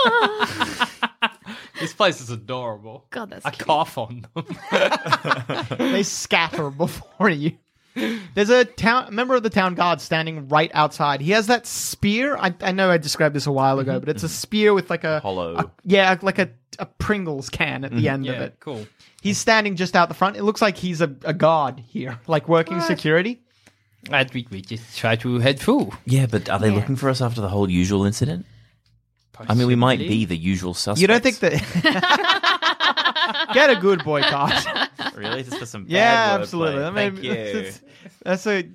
[SPEAKER 5] This place is adorable.
[SPEAKER 2] God, that's
[SPEAKER 5] I
[SPEAKER 2] cute.
[SPEAKER 5] cough on them.
[SPEAKER 4] [laughs]
[SPEAKER 5] [laughs]
[SPEAKER 4] they scatter before you. There's a town member of the town guard standing right outside. He has that spear. I, I know I described this a while ago, but it's a spear with like a
[SPEAKER 6] Mm-hmm. Hollow. Mm-hmm.
[SPEAKER 4] a- yeah, like a, a Pringles can at the end of
[SPEAKER 5] yeah,
[SPEAKER 4] it.
[SPEAKER 5] cool.
[SPEAKER 4] He's standing just out the front. It looks like he's a, a guard here, like working security.
[SPEAKER 5] And we, we just try to head through.
[SPEAKER 6] Yeah, but are they looking for us after the whole usual incident? I mean, we might be the usual suspects.
[SPEAKER 4] You don't think that? [laughs] Get a good boy, Tosh.
[SPEAKER 6] [laughs] really? Just for some
[SPEAKER 4] [laughs] Yeah,
[SPEAKER 6] bad wordplay.
[SPEAKER 4] absolutely. That [laughs]
[SPEAKER 6] Thank
[SPEAKER 4] made,
[SPEAKER 6] you.
[SPEAKER 4] That's, that's a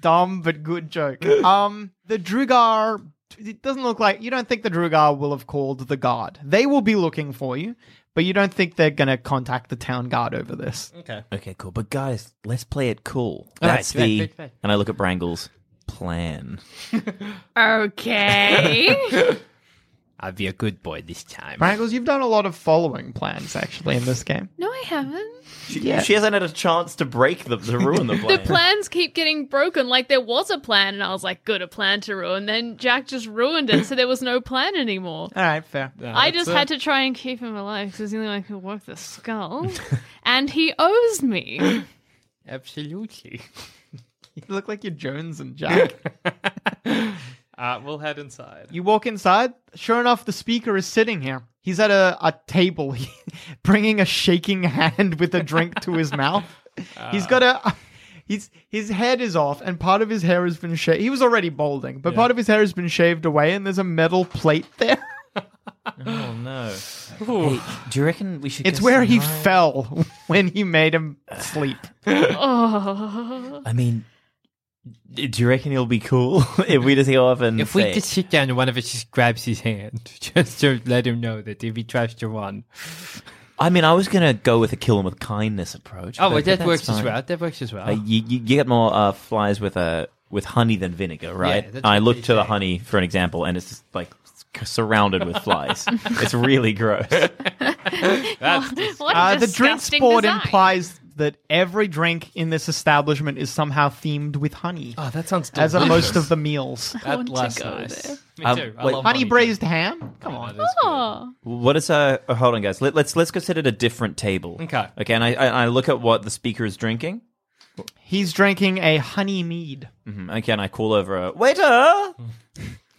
[SPEAKER 4] dumb but good joke. Um, the Drugar. It doesn't look like you don't think the Drugar will have called the guard. They will be looking for you, but you don't think they're gonna contact the town guard over this. Uh,
[SPEAKER 6] Okay, cool. But guys, let's play it cool.
[SPEAKER 5] All right,
[SPEAKER 6] That's
[SPEAKER 5] right,
[SPEAKER 6] the
[SPEAKER 5] right, right.
[SPEAKER 6] and I look at Brangle's plan.
[SPEAKER 2] Okay.
[SPEAKER 5] I'll be a good boy this time.
[SPEAKER 4] Brangles, you've done a lot of following plans actually in this game.
[SPEAKER 2] no, I haven't.
[SPEAKER 6] She, she hasn't had a chance to break the to ruin [laughs] the plan.
[SPEAKER 2] The plans keep getting broken. Like there was a plan, and I was like, "Good, a plan to ruin." Then Jack just ruined it, so there was no plan anymore.
[SPEAKER 4] All right, fair.
[SPEAKER 2] I just had to try and keep him alive because the only way I could work the skull, and he owes me.
[SPEAKER 5] Absolutely.
[SPEAKER 4] You look like you're Jones and
[SPEAKER 6] [laughs]
[SPEAKER 4] Jack.
[SPEAKER 5] Uh, we'll head inside.
[SPEAKER 4] You walk inside. Sure enough, the speaker is sitting here. He's at a, a table, [laughs] bringing a shaking hand with a drink to his
[SPEAKER 6] [laughs]
[SPEAKER 4] mouth.
[SPEAKER 7] Uh, [laughs]
[SPEAKER 4] he's got a. [laughs] He's, his head is off, and part of his hair has been shaved. He was already balding, but part of his hair has been shaved away, and there's a metal plate there.
[SPEAKER 6] oh no. Hey, do you reckon we should?
[SPEAKER 4] It's
[SPEAKER 6] go
[SPEAKER 4] where he
[SPEAKER 6] somewhere?
[SPEAKER 4] fell [laughs] when he made him
[SPEAKER 6] [laughs]
[SPEAKER 4] sleep.
[SPEAKER 2] Oh,
[SPEAKER 6] I mean, d- do you reckon he'll be cool if we just go up and
[SPEAKER 5] If we
[SPEAKER 6] say,
[SPEAKER 5] just sit down and one of us just grabs his hand, [laughs] just to let him know that if he tries to run.
[SPEAKER 6] I mean, I was gonna go with a kill him with kindness approach.
[SPEAKER 5] Oh,
[SPEAKER 6] but-
[SPEAKER 5] well,
[SPEAKER 6] but
[SPEAKER 5] that
[SPEAKER 6] that's
[SPEAKER 5] works as
[SPEAKER 6] fine.
[SPEAKER 5] well. That works as well.
[SPEAKER 6] Uh, you, you, you get more uh, flies with uh, with honey than vinegar, right?
[SPEAKER 5] Yeah, that's
[SPEAKER 6] I
[SPEAKER 5] what
[SPEAKER 6] look
[SPEAKER 5] they
[SPEAKER 6] to the
[SPEAKER 5] say.
[SPEAKER 6] honey for an example, and it's just like s- surrounded with
[SPEAKER 5] [laughs]
[SPEAKER 6] flies. it's really gross.
[SPEAKER 7] [laughs]
[SPEAKER 5] That's
[SPEAKER 2] what a
[SPEAKER 4] Uh, the drink
[SPEAKER 2] disgusting
[SPEAKER 4] sport
[SPEAKER 2] design.
[SPEAKER 4] implies that every drink in this establishment is somehow themed with honey.
[SPEAKER 7] Oh, that sounds
[SPEAKER 4] As are most
[SPEAKER 7] delicious.
[SPEAKER 4] of the
[SPEAKER 2] [laughs]
[SPEAKER 4] meals.
[SPEAKER 7] That want to lasts go nice. there. Me
[SPEAKER 6] Um,
[SPEAKER 7] too. I
[SPEAKER 6] wait,
[SPEAKER 7] love
[SPEAKER 4] honey
[SPEAKER 7] honey
[SPEAKER 4] braised ham? Come on.
[SPEAKER 2] Oh.
[SPEAKER 6] What is uh? oh, Hold on, guys. Let, let's let's consider a different table.
[SPEAKER 7] Okay.
[SPEAKER 6] Okay, and I I, I look at what the speaker is drinking.
[SPEAKER 4] He's drinking a honey mead.
[SPEAKER 6] hmm Okay, and I call over
[SPEAKER 4] [laughs]
[SPEAKER 6] a waiter.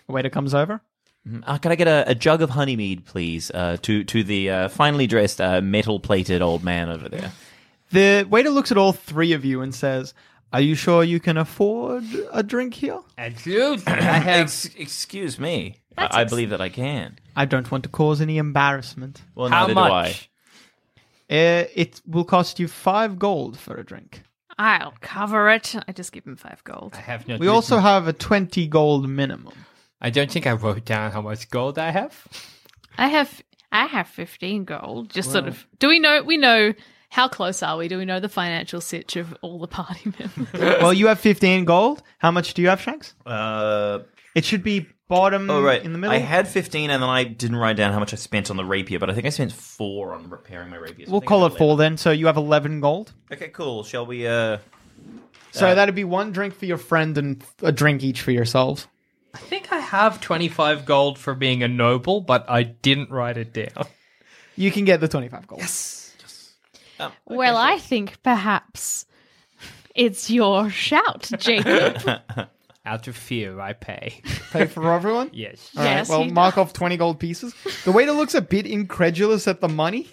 [SPEAKER 4] Waiter comes over.
[SPEAKER 6] Mhm. Uh, can I get a, a jug of honey mead, please? Uh, to to the uh, finely dressed, uh, metal plated old man over there.
[SPEAKER 4] The waiter looks at all three of you and says, Are you sure you can afford a drink here?
[SPEAKER 7] Absolutely.
[SPEAKER 6] [clears throat]
[SPEAKER 7] I have.
[SPEAKER 6] Ex- excuse me. I, I believe that I can.
[SPEAKER 4] I don't want to cause any embarrassment.
[SPEAKER 6] Well,
[SPEAKER 7] How
[SPEAKER 6] neither
[SPEAKER 7] much?
[SPEAKER 4] Uh, it will cost you five gold for a drink.
[SPEAKER 2] I'll cover it. I just give him five gold.
[SPEAKER 7] I have no.
[SPEAKER 4] We also have a 20 gold minimum.
[SPEAKER 7] I don't think I wrote down how much gold I have.
[SPEAKER 2] I have I have fifteen gold. Just sort of do we know we know how close are we? Do we know the financial sitch of all the party [laughs] members?
[SPEAKER 4] [laughs] well, you have 15 gold. How much do you have, Shanks?
[SPEAKER 6] I. Uh,
[SPEAKER 4] It should be bottom
[SPEAKER 6] oh right.
[SPEAKER 4] Mm, in the middle.
[SPEAKER 6] I had fifteen, and then I didn't write down how much I spent on the rapier, but I think I spent four on repairing my rapier. so I
[SPEAKER 4] we'll
[SPEAKER 6] think I
[SPEAKER 4] call
[SPEAKER 6] got
[SPEAKER 4] it four then. So you have 11 gold.
[SPEAKER 6] 11. Okay, cool. Shall we? Uh,
[SPEAKER 4] So
[SPEAKER 6] Uh,
[SPEAKER 4] that'd be one drink for your friend and a drink each for yourselves.
[SPEAKER 7] I think I have twenty-five gold for being a noble, but I didn't write it down.
[SPEAKER 4] You can get the 25 gold.
[SPEAKER 2] well, I think perhaps it's your shout,
[SPEAKER 5] [laughs]
[SPEAKER 2] Jacob.
[SPEAKER 6] [laughs]
[SPEAKER 7] Out of fear, I pay.
[SPEAKER 4] Pay for everyone?
[SPEAKER 7] Yes.
[SPEAKER 4] All right,
[SPEAKER 2] Yes,
[SPEAKER 4] well,
[SPEAKER 2] he
[SPEAKER 4] mark off 20 gold pieces. The waiter looks a bit incredulous at the money.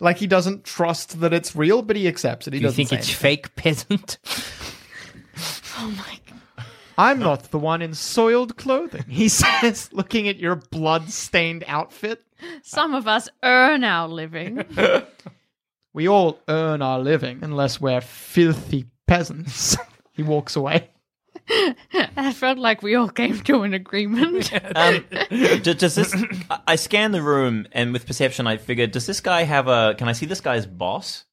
[SPEAKER 4] Like he doesn't trust that it's real, but he accepts it. He
[SPEAKER 7] Do you
[SPEAKER 4] doesn't
[SPEAKER 7] think
[SPEAKER 4] say
[SPEAKER 7] it's
[SPEAKER 4] anything.
[SPEAKER 2] [laughs]
[SPEAKER 7] fake peasant?
[SPEAKER 2] Oh
[SPEAKER 4] I'm not the one in soiled clothing, he [laughs] says, looking at your blood-stained outfit.
[SPEAKER 2] Some of us earn our living.
[SPEAKER 4] We all earn our living unless we're filthy peasants. [laughs] he walks away.
[SPEAKER 2] I felt like we all came to an agreement.
[SPEAKER 6] [laughs] Um, d- does this? I- I scan the room, and with perception, I figure, does this guy have a? Can I see this guy's boss?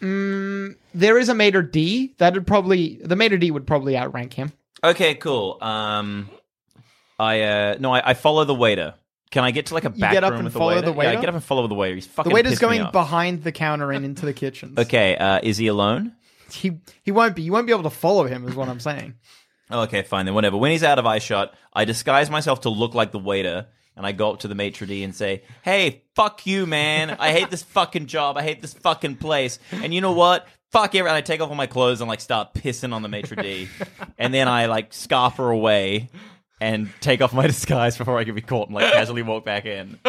[SPEAKER 4] Mm, There is a Mater D. That'd probably the Mater D would probably outrank him.
[SPEAKER 6] Okay, cool. Um, I uh, no, I, I follow the waiter. Can I get to like a back
[SPEAKER 4] get up
[SPEAKER 6] room
[SPEAKER 4] and
[SPEAKER 6] with
[SPEAKER 4] follow
[SPEAKER 6] the waiter?
[SPEAKER 4] the waiter?
[SPEAKER 6] Yeah, I get up and follow the waiter. He's fucking.
[SPEAKER 4] The waiter's
[SPEAKER 6] pissed me
[SPEAKER 4] going
[SPEAKER 6] off.
[SPEAKER 4] behind the counter and into the
[SPEAKER 6] [laughs]
[SPEAKER 4] kitchen.
[SPEAKER 6] Okay, uh, is he alone?
[SPEAKER 4] He he won't be. You won't be able to follow him, is what I'm
[SPEAKER 6] [laughs]
[SPEAKER 4] saying.
[SPEAKER 6] Oh, okay, fine then. Whatever. When he's out of eye shot, I disguise myself to look like the waiter, and I go up to the maitre d' and say, "Hey, fuck you, man! I hate this fucking job. I hate this fucking place. And you know what? Fuck everything." I take off all my clothes and like start pissing on the maitre d', and then I like scarf her away and take off my [laughs] disguise before I can be caught and like casually walk back in.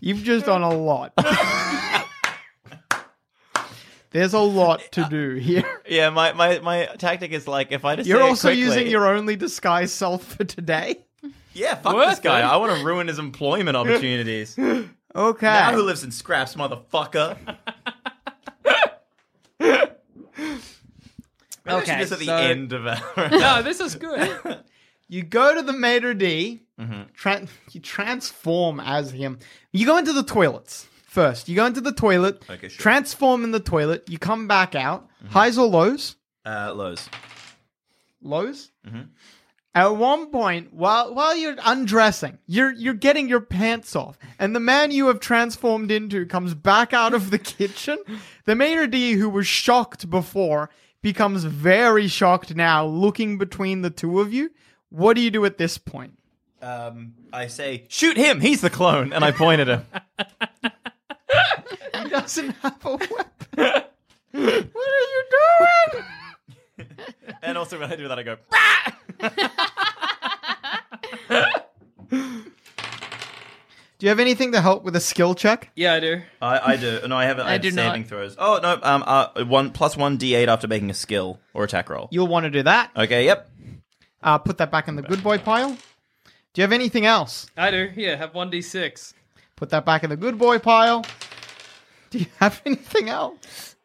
[SPEAKER 4] You've just done a lot. There's a lot to do here.
[SPEAKER 6] Yeah, my my, my tactic is like if I just
[SPEAKER 4] You're
[SPEAKER 6] say it
[SPEAKER 4] also
[SPEAKER 6] quickly-
[SPEAKER 4] using your only disguise self for today.
[SPEAKER 6] yeah. Fuck this guy. I want to ruin his
[SPEAKER 4] [laughs]
[SPEAKER 6] employment opportunities.
[SPEAKER 4] Okay.
[SPEAKER 6] Now who lives in scraps, motherfucker? Maybe okay,
[SPEAKER 4] Okay,
[SPEAKER 6] just at the
[SPEAKER 4] so-
[SPEAKER 6] end of it.
[SPEAKER 7] no, this is good.
[SPEAKER 4] [laughs] You go to the maitre d.
[SPEAKER 6] Mm-hmm.
[SPEAKER 4] Tran- you transform as him. You go into the toilets first. You go into the toilet.
[SPEAKER 6] Okay, sure. Mm-hmm.
[SPEAKER 4] Transform in the toilet. You come back out. Highs or lows?
[SPEAKER 6] uh, Lowe's. Mm-hmm.
[SPEAKER 4] Lows. At one point, while while you're undressing, you're you're getting your pants off, and the man you have transformed into comes back out of the [laughs] kitchen. The maitre d who was shocked before becomes very shocked now, looking between the two of you. What do you do at this point?
[SPEAKER 6] Um, I say, shoot him. He's the
[SPEAKER 4] Oh,
[SPEAKER 6] clone, and I point at him.
[SPEAKER 4] He doesn't have a weapon.
[SPEAKER 6] what are you doing? and also, when I do that, I go. "Rah!"
[SPEAKER 4] Do you have anything to help with a skill check?
[SPEAKER 7] yeah, I do.
[SPEAKER 6] I, I do. No, I haven't. I, have
[SPEAKER 2] do not.
[SPEAKER 6] saving throws. Oh no. Um. Uh. One plus one d8 after making a skill or attack roll.
[SPEAKER 4] You'll want to do that.
[SPEAKER 6] Okay. Yep. [laughs]
[SPEAKER 4] Uh, put that back in the good boy pile. Do you have anything else?
[SPEAKER 7] I do. Yeah, have one d six.
[SPEAKER 4] Put that back in the good boy pile. Do you have [laughs] anything else?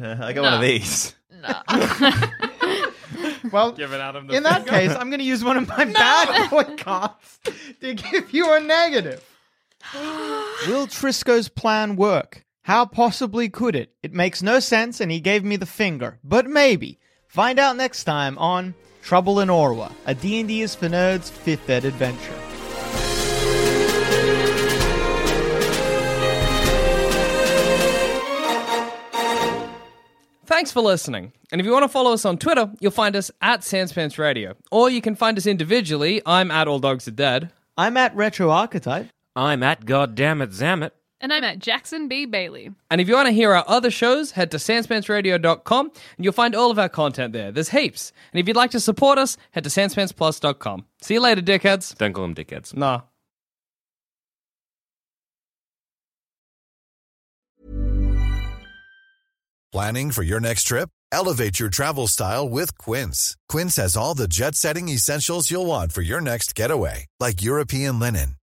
[SPEAKER 6] Uh, I got one of these. [laughs]
[SPEAKER 4] [laughs] Well,
[SPEAKER 7] out of
[SPEAKER 4] in that case, I'm going to use one of
[SPEAKER 6] [laughs]
[SPEAKER 4] my bad boy cards to give you a negative. Will Trisco's plan work? How possibly could it? It makes no sense, and he gave me the finger. But maybe. Find out next time on Trouble in Orwa, a D&D is for nerds fifth ed adventure.
[SPEAKER 10] Thanks for listening. And if you want to follow us on Twitter, you'll find us at Sanspants Radio. Or you can find us individually. I'm at All Dogs Are Dead.
[SPEAKER 4] I'm at Retro Archetype.
[SPEAKER 3] I'm at Goddammit Zammit.
[SPEAKER 2] [laughs] And I'm at Jackson B. Bailey.
[SPEAKER 10] And if you want to hear our other shows, head to sanspantsradio.com and you'll find all of our content there. There's heaps. And if you'd like to support us, head to sanspantsplus.com. See you later, dickheads.
[SPEAKER 3] Don't call them dickheads.
[SPEAKER 10] Nah.
[SPEAKER 11] Planning for your next trip? Elevate your travel style with Quince. Quince has all the jet setting essentials you'll want for your next getaway, like European linen,